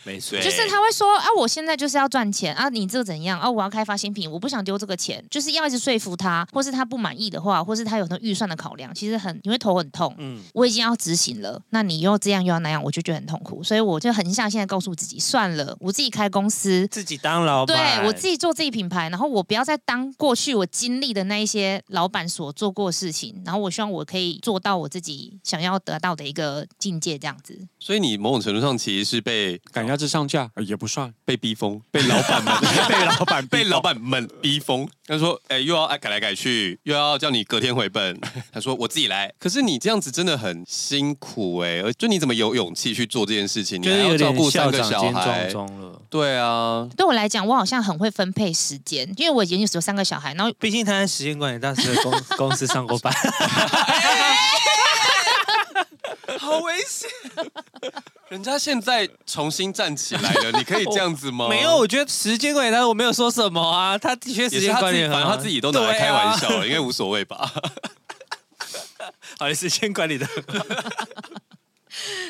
Speaker 1: 没错
Speaker 3: 对
Speaker 4: 就是他会说啊，我现在就是要赚钱啊，你这怎样啊？我要开发新品，我不想丢这个钱，就是要一直说服他，或是他不满意的话，或是他有很多预算的考量，其实很你会头很痛。
Speaker 1: 嗯，
Speaker 4: 我已经要执行了，那你又这样又要那样，我就觉得很痛苦，所以我就狠下现在告诉自己，算了，我自己开公司，
Speaker 1: 自己当老
Speaker 4: 对
Speaker 1: 板，
Speaker 4: 我自己做自己品牌，然后我不要再当过去我经历的那一些老板所做过的事情，然后我希望我可以做到我自己想要得到的一个境界，这样子。
Speaker 3: 所以你某种程度上其实是被
Speaker 2: 赶鸭子上架呃也不算，
Speaker 3: 被逼疯，被老 板们被老板
Speaker 2: 逼疯
Speaker 3: 被老板们逼疯。他说：“哎、又要哎改来改去，又要叫你隔天回本。”他说：“我自己来。”可是你这样子真的很辛苦哎、而就你怎么有勇气去做这件事情？你
Speaker 1: 就
Speaker 3: 还
Speaker 1: 是有
Speaker 3: 要照
Speaker 1: 点
Speaker 3: 顾三
Speaker 1: 校
Speaker 3: 个
Speaker 1: 长
Speaker 3: 小
Speaker 1: 兼
Speaker 3: 孩
Speaker 1: 撞，钟了。
Speaker 3: 对啊，
Speaker 4: 对我来讲，我好像很会分配时间，因为我研究所有三个小孩，然后
Speaker 1: 毕竟他在时间管理大师的公公司上过班，
Speaker 3: 好危险！人家现在重新站起来了，你可以这样子吗？
Speaker 1: 没有， 我觉得时间管理大师我没有说什么啊，他的确
Speaker 3: 也
Speaker 1: 时
Speaker 3: 是
Speaker 1: 间
Speaker 3: 他
Speaker 1: 管
Speaker 3: 自
Speaker 1: 理
Speaker 3: 己，
Speaker 1: 很
Speaker 3: 反
Speaker 1: 好，
Speaker 3: 正他自己都拿来开玩笑
Speaker 1: 对啊，
Speaker 3: 了，应该无所谓吧？
Speaker 1: 好，时间管理的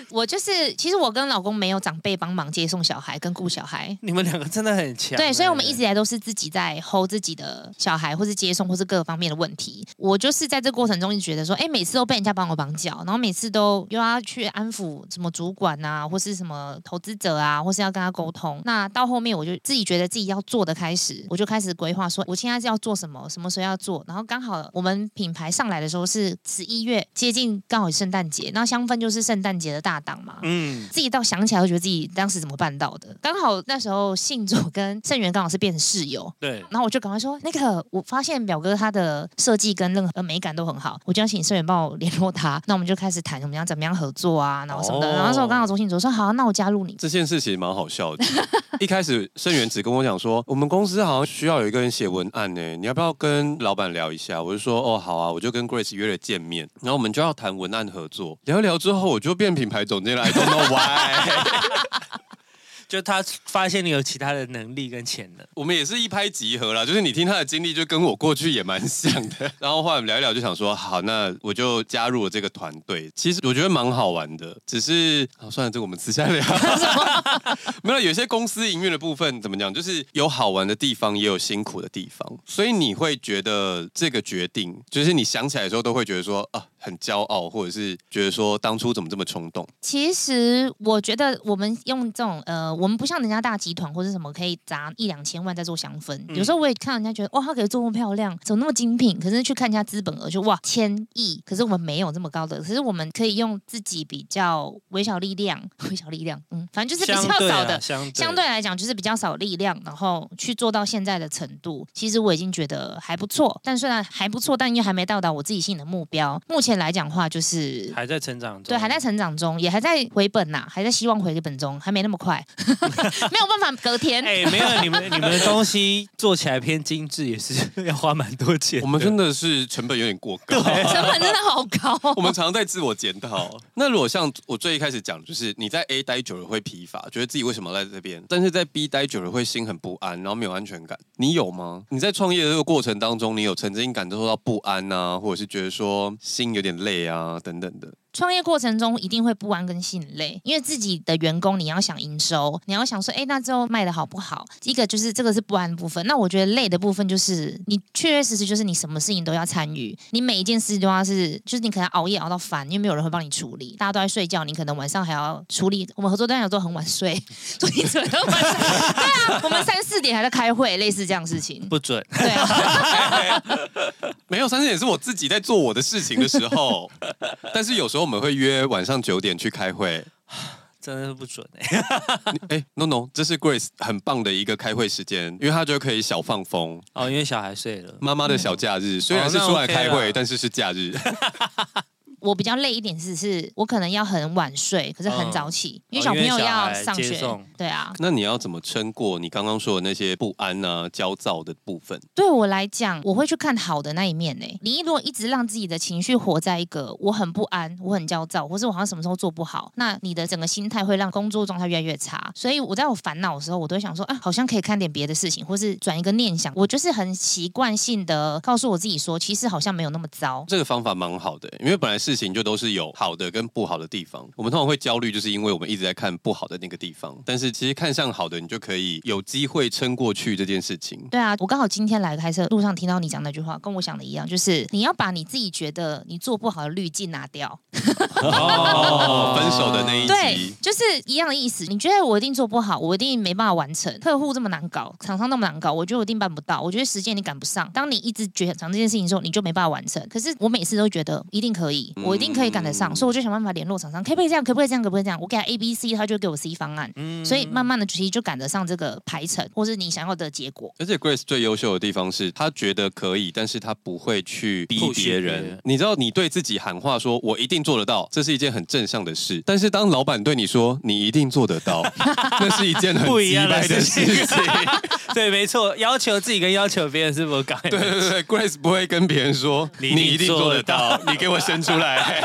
Speaker 4: 我就是，其实我跟老公没有长辈帮忙接送小孩跟顾小孩。
Speaker 1: 你们两个真的很强欸。
Speaker 4: 对，所以我们一直以来都是自己在 hold 自己的小孩，或是接送，或是各方面的问题。我就是在这过程中一直觉得说，哎，每次都被人家帮我绑脚，然后每次都又要去安抚什么主管啊，或是什么投资者啊，或是要跟他沟通。那到后面我就自己觉得自己要做的开始，我就开始规划说，我现在是要做什么，什么时候要做。然后刚好我们品牌上来的时候是十一月，接近刚好圣诞节，那香氛就是圣诞节的大档嘛，
Speaker 1: 嗯，
Speaker 4: 自己到想起来，我觉得自己当时怎么办到的。刚好那时候信主跟盛元刚好是变成室友。
Speaker 1: 对，
Speaker 4: 然后我就赶快说，那个我发现表哥他的设计跟任何呃美感都很好，我就要请盛元帮我联络他。那我们就开始谈我们要怎么样合作啊，然后什么的。
Speaker 1: 哦
Speaker 4: 然后那时候刚好周信卓说好，那我加入你。
Speaker 3: 这件事情蛮好笑的。 一开始盛元只跟我讲说，我们公司好像需要有一个人写文案呢，你要不要跟老板聊一下？我就说哦好啊，我就跟 Grace 约了见面，然后我们就要谈文案合作。聊一聊之后，我就变品牌总监了，I don't know why。
Speaker 1: 就他发现你有其他的能力跟潜能，
Speaker 3: 我们也是一拍即合啦，就是你听他的经历，就跟我过去也蛮像的。然后后来我们聊一聊，就想说好，那我就加入了这个团队。其实我觉得蛮好玩的，只是好算了，这个我们私下聊。没有，有些公司营运的部分怎么讲，就是有好玩的地方，也有辛苦的地方，所以你会觉得这个决定，就是你想起来的时候，都会觉得说啊，很骄傲，或者是觉得说当初怎么这么冲动。
Speaker 4: 其实我觉得我们用这种呃，我们不像人家大集团或者什么可以砸一两千万在做香氛。有
Speaker 1: 嗯
Speaker 4: 时候我也看人家觉得哇，他可以做那么漂亮，怎么那么精品？可是去看人家资本额就哇千亿，可是我们没有这么高的，可是我们可以用自己比较微小力量， 微小力量，嗯，反正就是比
Speaker 1: 相
Speaker 4: 较
Speaker 1: 对
Speaker 4: 少的
Speaker 1: 啊，相
Speaker 4: 相对来讲就是比较少力量，然后去做到现在的程度，其实我已经觉得还不错。但虽然还不错，但又还没到达我自己性的目标。目前来讲的话，就是
Speaker 1: 还在成长中，
Speaker 4: 对，还在成长中，也还在回本呐、还在希望回本中，还没那么快， 没有办法隔天。
Speaker 1: 哎、没有你们你们的东西做起来偏精致，也是要花蛮多钱的。
Speaker 3: 我们真的是成本有点过高。
Speaker 4: 成本真的好高、
Speaker 3: 我
Speaker 4: 哦，
Speaker 3: 们常常在自我检讨。 那如果像我最一开始讲，就是你在 A 待久了会疲乏，觉得自己为什么赖在这边；但是在 B 待久了会心很不安，然后没有安全感。你有吗？你在创业的这个过程当中，你有曾经感受到不安啊，或者是觉得说心有点累啊等等 的？
Speaker 4: 创业过程中一定会不安跟心累，因为自己的员工你要想营收，你要想说，哎，那之后卖的好不好？一个就是这个是不安的部分，那我觉得累的部分就是你确确实实就是你什么事情都要参与，你每一件事都要是，就是你可能熬夜熬到烦，因为没有人会帮你处理，大家都在睡觉，你可能晚上还要处理。我们合作对象有时候很晚睡，所以 只能晚上对啊，我们三四点还在开会，类似这样的事情。
Speaker 1: 不准，
Speaker 4: 对啊，
Speaker 3: 没有，三四点是我自己在做我的事情的时候，但是有时候我们会约晚上九点去开会。
Speaker 1: 真的是不准哎、
Speaker 3: 你哎、n o no，这是 Grace 很棒的一个开会时间，因为她就可以小放风，
Speaker 1: 哦，因为小孩睡了。
Speaker 3: 妈妈的小假日，虽然是
Speaker 1: 哦那
Speaker 3: 出来
Speaker 1: OK
Speaker 3: 开会，
Speaker 1: 啦
Speaker 3: 但是是 假日。
Speaker 4: 我比较累一点是是，我可能要很晚睡，可是很早起，因为小朋友要上
Speaker 1: 因为小
Speaker 4: 学
Speaker 1: 孩接送。
Speaker 4: 对啊，
Speaker 3: 那你要怎么撑过你刚刚说的那些不安啊、焦躁的部分？
Speaker 4: 对我来讲，我会去看好的那一面呢、你如果一直让自己的情绪活在一个我很不安、我很焦躁，或是我好像什么时候做不好，那你的整个心态会让工作状态越来越差。所以我在我烦恼的时候，我都会想说啊，好像可以看点别的事情，或是转一个念想。我就是很习惯性的告诉我自己说，其实好像没有那么糟。
Speaker 3: 这个方法蛮好的、因为本来事情就都是有好的跟不好的地方。我们通常会焦虑，就是因为我们一直在看不好的那个地方，但是其实看向好的，你就可以有机会撑过去这件事情。
Speaker 4: 对啊，我刚好今天来开车路上听到你讲那句话，跟我想的一样，就是你要把你自己觉得你做不好的滤镜拿掉。
Speaker 3: 哦，分手的那一
Speaker 4: 对
Speaker 3: 集，，
Speaker 4: 就是一样的意思。你觉得我一定做不好，我一定没办法完成，客户这么难搞，厂商那么难搞，我觉得我一定办不到，我觉得时间你赶不上。当你一直觉得想这件事情的时候，你就没办法完成。可是我每次都觉得一定可以，我一定可以赶得上，
Speaker 3: 嗯
Speaker 4: 所以我就想办法联络厂商，可不可以这样，可不可以这样，可不可以这样？我给他 A、B、C，他就给我 C 方案，
Speaker 1: 嗯
Speaker 4: 所以慢慢的其实就赶得上这个排程，或是你想要的结果。
Speaker 3: 而且 Grace 最优秀的地方是，她觉得可以，但是她不会去逼
Speaker 1: Push
Speaker 3: 别
Speaker 1: 别
Speaker 3: 人
Speaker 1: 人。
Speaker 3: 你知道，你对自己喊话说“我一定做得到”，这是一件很正向的事。但是当老板对你说“你一定做得 到”，那是一件很
Speaker 1: 不一样
Speaker 3: 击败
Speaker 1: 的
Speaker 3: 的
Speaker 1: 事
Speaker 3: 事
Speaker 1: 情
Speaker 3: 情。
Speaker 1: 对，没错，要求自己跟要求别人是不改。
Speaker 3: 对对对对，Grace 不会跟别人说“
Speaker 1: 你
Speaker 3: 你
Speaker 1: 一定
Speaker 3: 一定做得
Speaker 1: 做
Speaker 3: 到”，你给我伸出 来。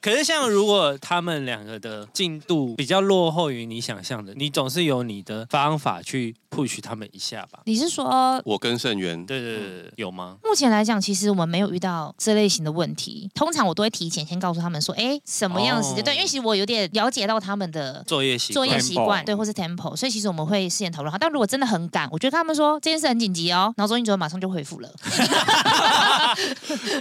Speaker 1: 可是像如果他们两个的进度比较落后于你想象的，你总是有你的方法去 push 他们一下吧？
Speaker 4: 你是说
Speaker 3: 我跟盛元，
Speaker 1: 对对对对，有吗？
Speaker 4: 目前来讲，其实我们没有遇到这类型的问题。通常我都会提前先告诉他们说，哎，什么样的时间
Speaker 1: 哦
Speaker 4: 段？因为其实我有点了解到他们的
Speaker 1: 作业习
Speaker 4: 作
Speaker 1: 惯
Speaker 4: 业
Speaker 2: Tempo
Speaker 4: 习惯，对，或是 tempo，所以其实我们会事先讨论好。但如果真的很赶，我就跟他们说这件事很紧急哦，然后周星哲马上就回复了。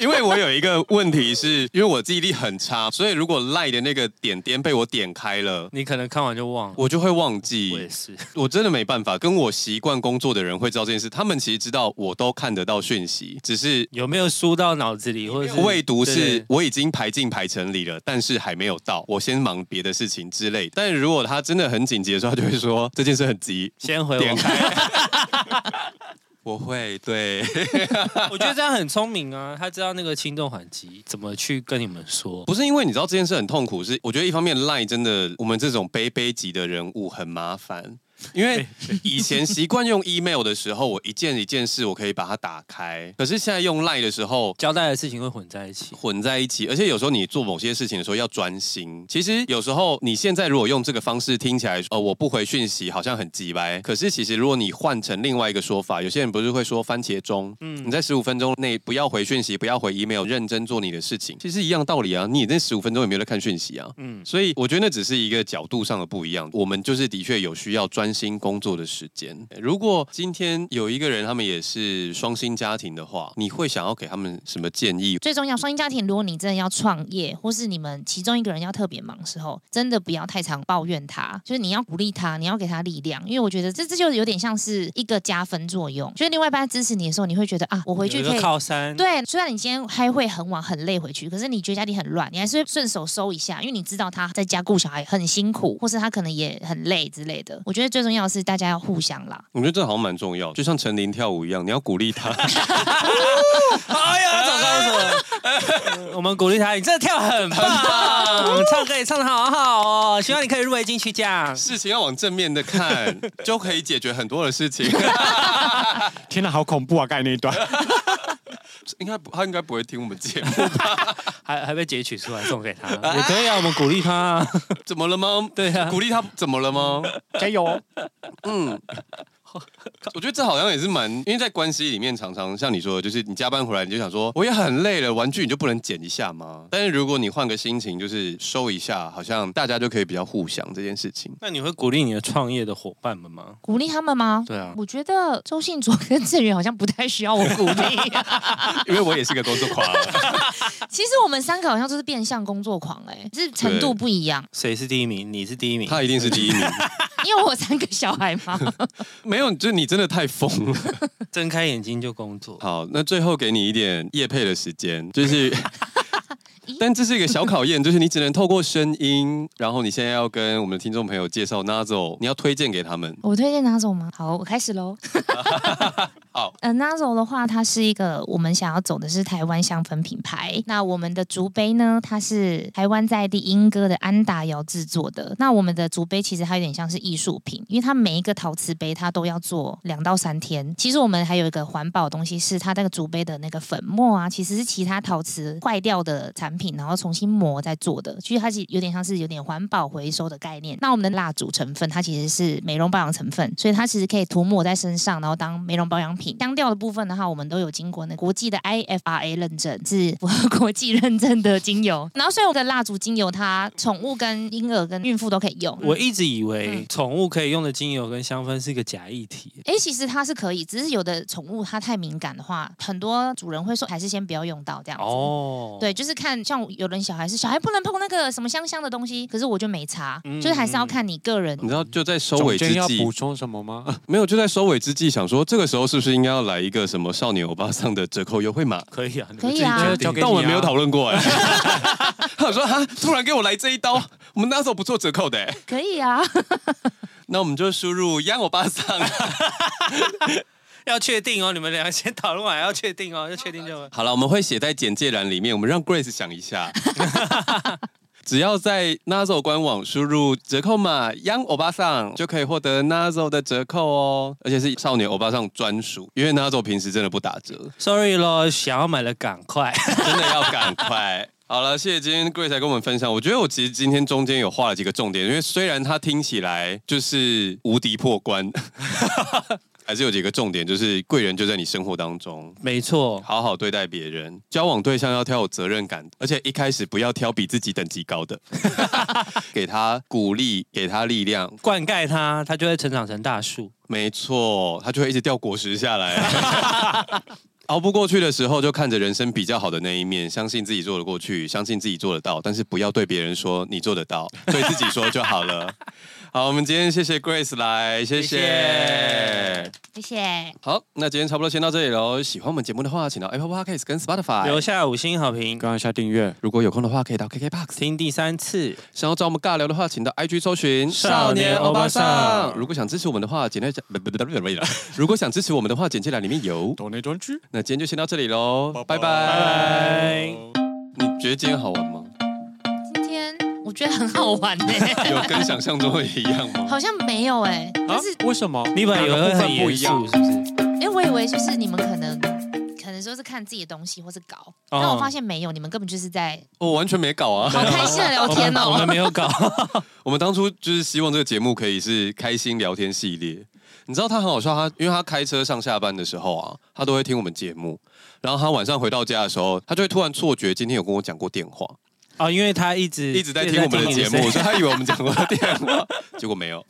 Speaker 3: 因为我有一个问题是，因为我记忆力很差，所以如果赖的那个点点被我点开了，
Speaker 1: 你可能看完就忘了。
Speaker 3: 我就会忘记。
Speaker 1: 我也是，
Speaker 3: 我真的没办法，跟我习惯工作的人会知道这件事，他们其实知道我都看得到讯息，只是
Speaker 1: 有没有输到脑子里，或者是
Speaker 3: 未读
Speaker 1: 对
Speaker 3: 是
Speaker 1: 对
Speaker 3: 我已经排进排程里了，但是还没有到，我先忙别的事情之类。但如果他真的很紧急的时候，他就会说这件事很急，
Speaker 1: 先回
Speaker 3: 点
Speaker 1: 我。
Speaker 3: 开。 我会对，
Speaker 1: 我觉得这样很聪明啊，他知道那个轻重缓急怎么去跟你们说。
Speaker 3: 不是因为你知道这件事很痛苦，是我觉得一方面赖真的我们这种卑卑级的人物很麻烦。因 为以前习惯用 email 的时候，我一件一件事我可以把它打开，可是现在用赖的时候，
Speaker 1: 交代的事情会混在一起，
Speaker 3: 混在一起，而且有时候你做某些事情的时候要专心。其实有时候你现在如果用这个方式听起来，呃，我不回讯息好像很急白，可是其实如果你换成另外一个说法，有些人不是会说番茄钟，嗯，你在十五分钟内不要回讯息，不要回 email，认真做你的事情，其实一样道理啊。你那十五分钟有没有在看讯息啊？
Speaker 1: 嗯，
Speaker 3: 所以我觉得那只是一个角度上的不一样。我们就是的确有需要专心工作的时间。如果今天有一个人他们也是双薪家庭的话，你会想要给他们什么建议？
Speaker 4: 最重要，双薪家庭，如果你真的要创业，或是你们其中一个人要特别忙的时候，真的不要太常抱怨他，就是你要鼓励他，你要给他力量，因为我觉得这这就有点像是一个加分作用。就是另外一半支持你的时候，你会觉得啊，我回去
Speaker 1: 有一
Speaker 4: 可
Speaker 1: 个
Speaker 4: 以
Speaker 1: 靠山，
Speaker 4: 对，虽然你今天开会很晚很累回去，可是你觉得家里很乱，你还是会顺手收一下，因为你知道他在家顾小孩很辛苦，或是他可能也很累之类的。我觉得最重要的是大家要互相啦。
Speaker 3: 我觉得这好像蛮重要的，就像陈琳跳舞一样，你要鼓 励她。
Speaker 1: 哎呀，走高手！我们鼓励他，你真的跳很棒，唱歌也唱的好好哦，希望你可以入围金曲奖。
Speaker 3: 事情要往正面的看，就可以解决很多的事情。
Speaker 2: 天哪，好恐怖啊！刚才那一 段，
Speaker 3: 应该不，他应该不会听我们节目。
Speaker 1: 还还被截取出来送给他， 也可以啊，我们鼓励他 啊。
Speaker 3: 怎么了吗？
Speaker 1: 对啊
Speaker 3: 鼓励他怎么 了吗？
Speaker 2: 加油哦！
Speaker 3: 嗯。我觉得这好像也是蛮，因为在关系里面，常常像你说的，就是你加班回来你就想说，我也很累了，玩具你就不能捡一下吗？但是如果你换个心情，就是收一下，好像大家就可以比较互相这件事情。
Speaker 1: 那你会鼓励你的创业的伙伴们吗？
Speaker 4: 鼓励他们吗？
Speaker 1: 对啊，
Speaker 4: 我觉得周信卓跟郑源好像不太需要我鼓励、啊
Speaker 3: 因为我也是个工作 狂， 啊
Speaker 4: 其实我们三个好像都是变相工作狂、哎，只是程度不一样。
Speaker 1: 谁是第一名？你是第一名。
Speaker 3: 他一定是第一名。
Speaker 4: 因为我有三个小孩嘛，
Speaker 3: 没有，就是你真的太疯了。
Speaker 1: 睁开眼睛就工作，
Speaker 3: 好，那最后给你一点夜配的时间，就是。 但这是一个小考验，就是你只能透过声音，然后你现在要跟我们的听众朋友介绍 Nazo，你要推荐给他们。
Speaker 4: 我推荐哪种吗？好，我开始喽。
Speaker 3: 好，
Speaker 4: 呃，Nazo 的话，它是一个我们想要走的是台湾香氛品牌。那我们的竹杯呢，它是台湾在地英歌的安达窑制作的。那我们的竹杯其实它有点像是艺术品，因为它每一个陶瓷杯它都要做两到三天。其实我们还有一个环保的东西是它那个竹杯的那个粉末啊，其实是其他陶瓷坏掉的产品，然后重新磨再做的。其实它是有点像是有点环保回收的概念。那我们的蜡烛成分它其实是美容保养成分，所以它其实可以涂抹在身上，然后当美容保养品。相腔调的部分的话，我们都有经过那国际的 IFRA 认证，是符合国际认证的精油。 然后所以我的蜡烛精油，它宠物跟婴儿跟孕妇都可以用。
Speaker 1: 我一直以为
Speaker 4: 嗯
Speaker 1: 宠物可以用的精油跟香氛是个假议题，
Speaker 4: 哎，其实它是可以，只是有的宠物它太敏感的话，很多主人会说还是先不要用到这样子。
Speaker 1: 哦，
Speaker 4: 对，就是看像有人小孩是小孩不能碰那个什么香香的东西，可是我就没查，
Speaker 1: 嗯
Speaker 4: 就是还是要看你个人
Speaker 3: 你知道就在收
Speaker 2: 总
Speaker 3: 尾之
Speaker 2: 监要
Speaker 3: 际
Speaker 2: 补，充什么吗？
Speaker 3: 没有就在收尾之际，想说这个时候是不是应该要来一个什么少年欧巴桑的折扣优惠码？
Speaker 1: 可以啊，你们
Speaker 4: 可以
Speaker 1: 自己
Speaker 4: 啊
Speaker 1: 决
Speaker 2: 就
Speaker 1: 定
Speaker 2: 交给
Speaker 3: 但
Speaker 2: 你
Speaker 3: 我
Speaker 2: 啊
Speaker 3: 们没有讨论 过哎、他想说哈，突然给我来这一刀，我们那时候不做折扣的、哎
Speaker 4: 可以啊。
Speaker 3: 那我们就输入央欧巴桑。
Speaker 1: 要确定哦，你们俩先讨论完要确定哦，要确定就
Speaker 3: 好了，我们会写在简介栏里面，我们让 Grace 想一下。只要在 Nazo 官网输入折扣码 “Young 欧巴桑”，就可以获得 Nazo 的折扣哦，而且是少年欧巴桑专属，因为 Nazo 平时真的不打折，
Speaker 1: sorry 咯，想要买的赶快，
Speaker 3: 真的要赶快。好了，谢谢今天 Grace 来跟我们分享。我觉得我其实今天中间有画了几个重点，因为虽然它听起来就是无敌破关， 还是有几个重点，就是贵人就在你生活当中，
Speaker 1: 没错，
Speaker 3: 好好对待别人，交往对象要挑有责任感，而且一开始不要挑比自己等级高的， 给他鼓励，给他力量。
Speaker 1: 灌溉它，它就会成长成大树。
Speaker 3: 没错，他就会一直掉果实下来。 熬不过去的时候，就看着人生比较好的那一面，相信自己做得过去，相信自己做得到，但是不要对别人说你做得到，对自己说就 好了。好，我们今天谢谢 Grace 来，谢
Speaker 1: 谢
Speaker 3: 谢。
Speaker 1: 谢
Speaker 4: 谢谢，
Speaker 3: 好，那今天差不多先到这里喽。喜欢我们节目的话，请到 Apple Podcast 跟 Spotify
Speaker 1: 留下五星好评，
Speaker 2: 刚刚下订阅。
Speaker 3: 如果有空的话，可以到 KKBOX。
Speaker 1: 听第三次。
Speaker 3: 想要找我们尬聊的话，请到 IG 搜寻
Speaker 1: 少年欧巴桑
Speaker 3: 如果想支持我们的话，简介不不不不不不 如果想支持我们的话，简介栏里面有。
Speaker 2: 岛内专区，
Speaker 3: 那今天就先到这里喽，拜拜。
Speaker 1: 拜。
Speaker 3: 你觉得今天好玩 吗？
Speaker 4: 今天我觉得很好 玩呢、
Speaker 3: 有跟想象中的一样吗？
Speaker 4: 好像没有哎、
Speaker 2: 啊
Speaker 4: 但是？
Speaker 2: 为什么？
Speaker 1: 你本来以为
Speaker 2: 两个
Speaker 1: 会
Speaker 2: 部
Speaker 1: 很
Speaker 2: 分不
Speaker 1: 严
Speaker 2: 一样
Speaker 1: 肃，。是不是？
Speaker 4: 哎、我以为就是你们可能可能说是看自己的东西或是搞，
Speaker 1: 哦
Speaker 4: 但我发现没有，你们根本就 是在
Speaker 3: 我完全没搞啊！
Speaker 4: 好开心的聊
Speaker 1: 我们
Speaker 4: 天
Speaker 1: 我们
Speaker 4: 哦。
Speaker 1: 没有搞，
Speaker 3: 我们当初就是希望这个节目可以是开心聊天系列。你知道他很好笑，他因为他开车上下班的时候啊，他都会听我们节目。然后他晚上回到家的时候，他就会突然错觉今天有跟我讲过电话。
Speaker 1: 哦，因为他一直
Speaker 3: 一直在听我们的节
Speaker 1: 一直在听
Speaker 3: 目，
Speaker 1: 你
Speaker 3: 所以他以为我们讲过电话，结果没有。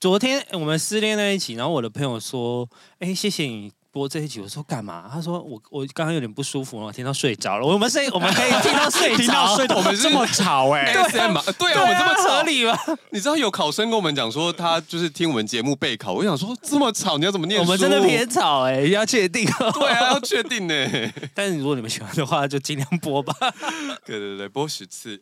Speaker 1: 昨天我们失恋那一集，然后我的朋友说：“哎，谢谢你播这一集。”我说：“干嘛？”他说：“我我刚刚有点不舒服，然后啊听到睡着了。”我们睡，我们可以听到睡着， 啊
Speaker 2: 听到睡，
Speaker 3: 我
Speaker 2: 我
Speaker 3: 们
Speaker 2: 们
Speaker 3: 是
Speaker 2: 这么吵哎、
Speaker 3: ASM 嘛，
Speaker 1: 对
Speaker 3: 对啊，我这
Speaker 1: 啊，
Speaker 3: 么
Speaker 1: 合
Speaker 3: 吵。
Speaker 1: 理吗？
Speaker 3: 你知道有考生跟我们讲说，他就是听我们节目备考。我想说，这么吵，你要怎么念
Speaker 1: 我
Speaker 3: 书？
Speaker 1: 们真的偏吵哎、要确定哦。
Speaker 3: 对啊，要确定呢。
Speaker 1: 但是如果你们喜欢的话，就尽量播吧。
Speaker 3: 对对对，播十次。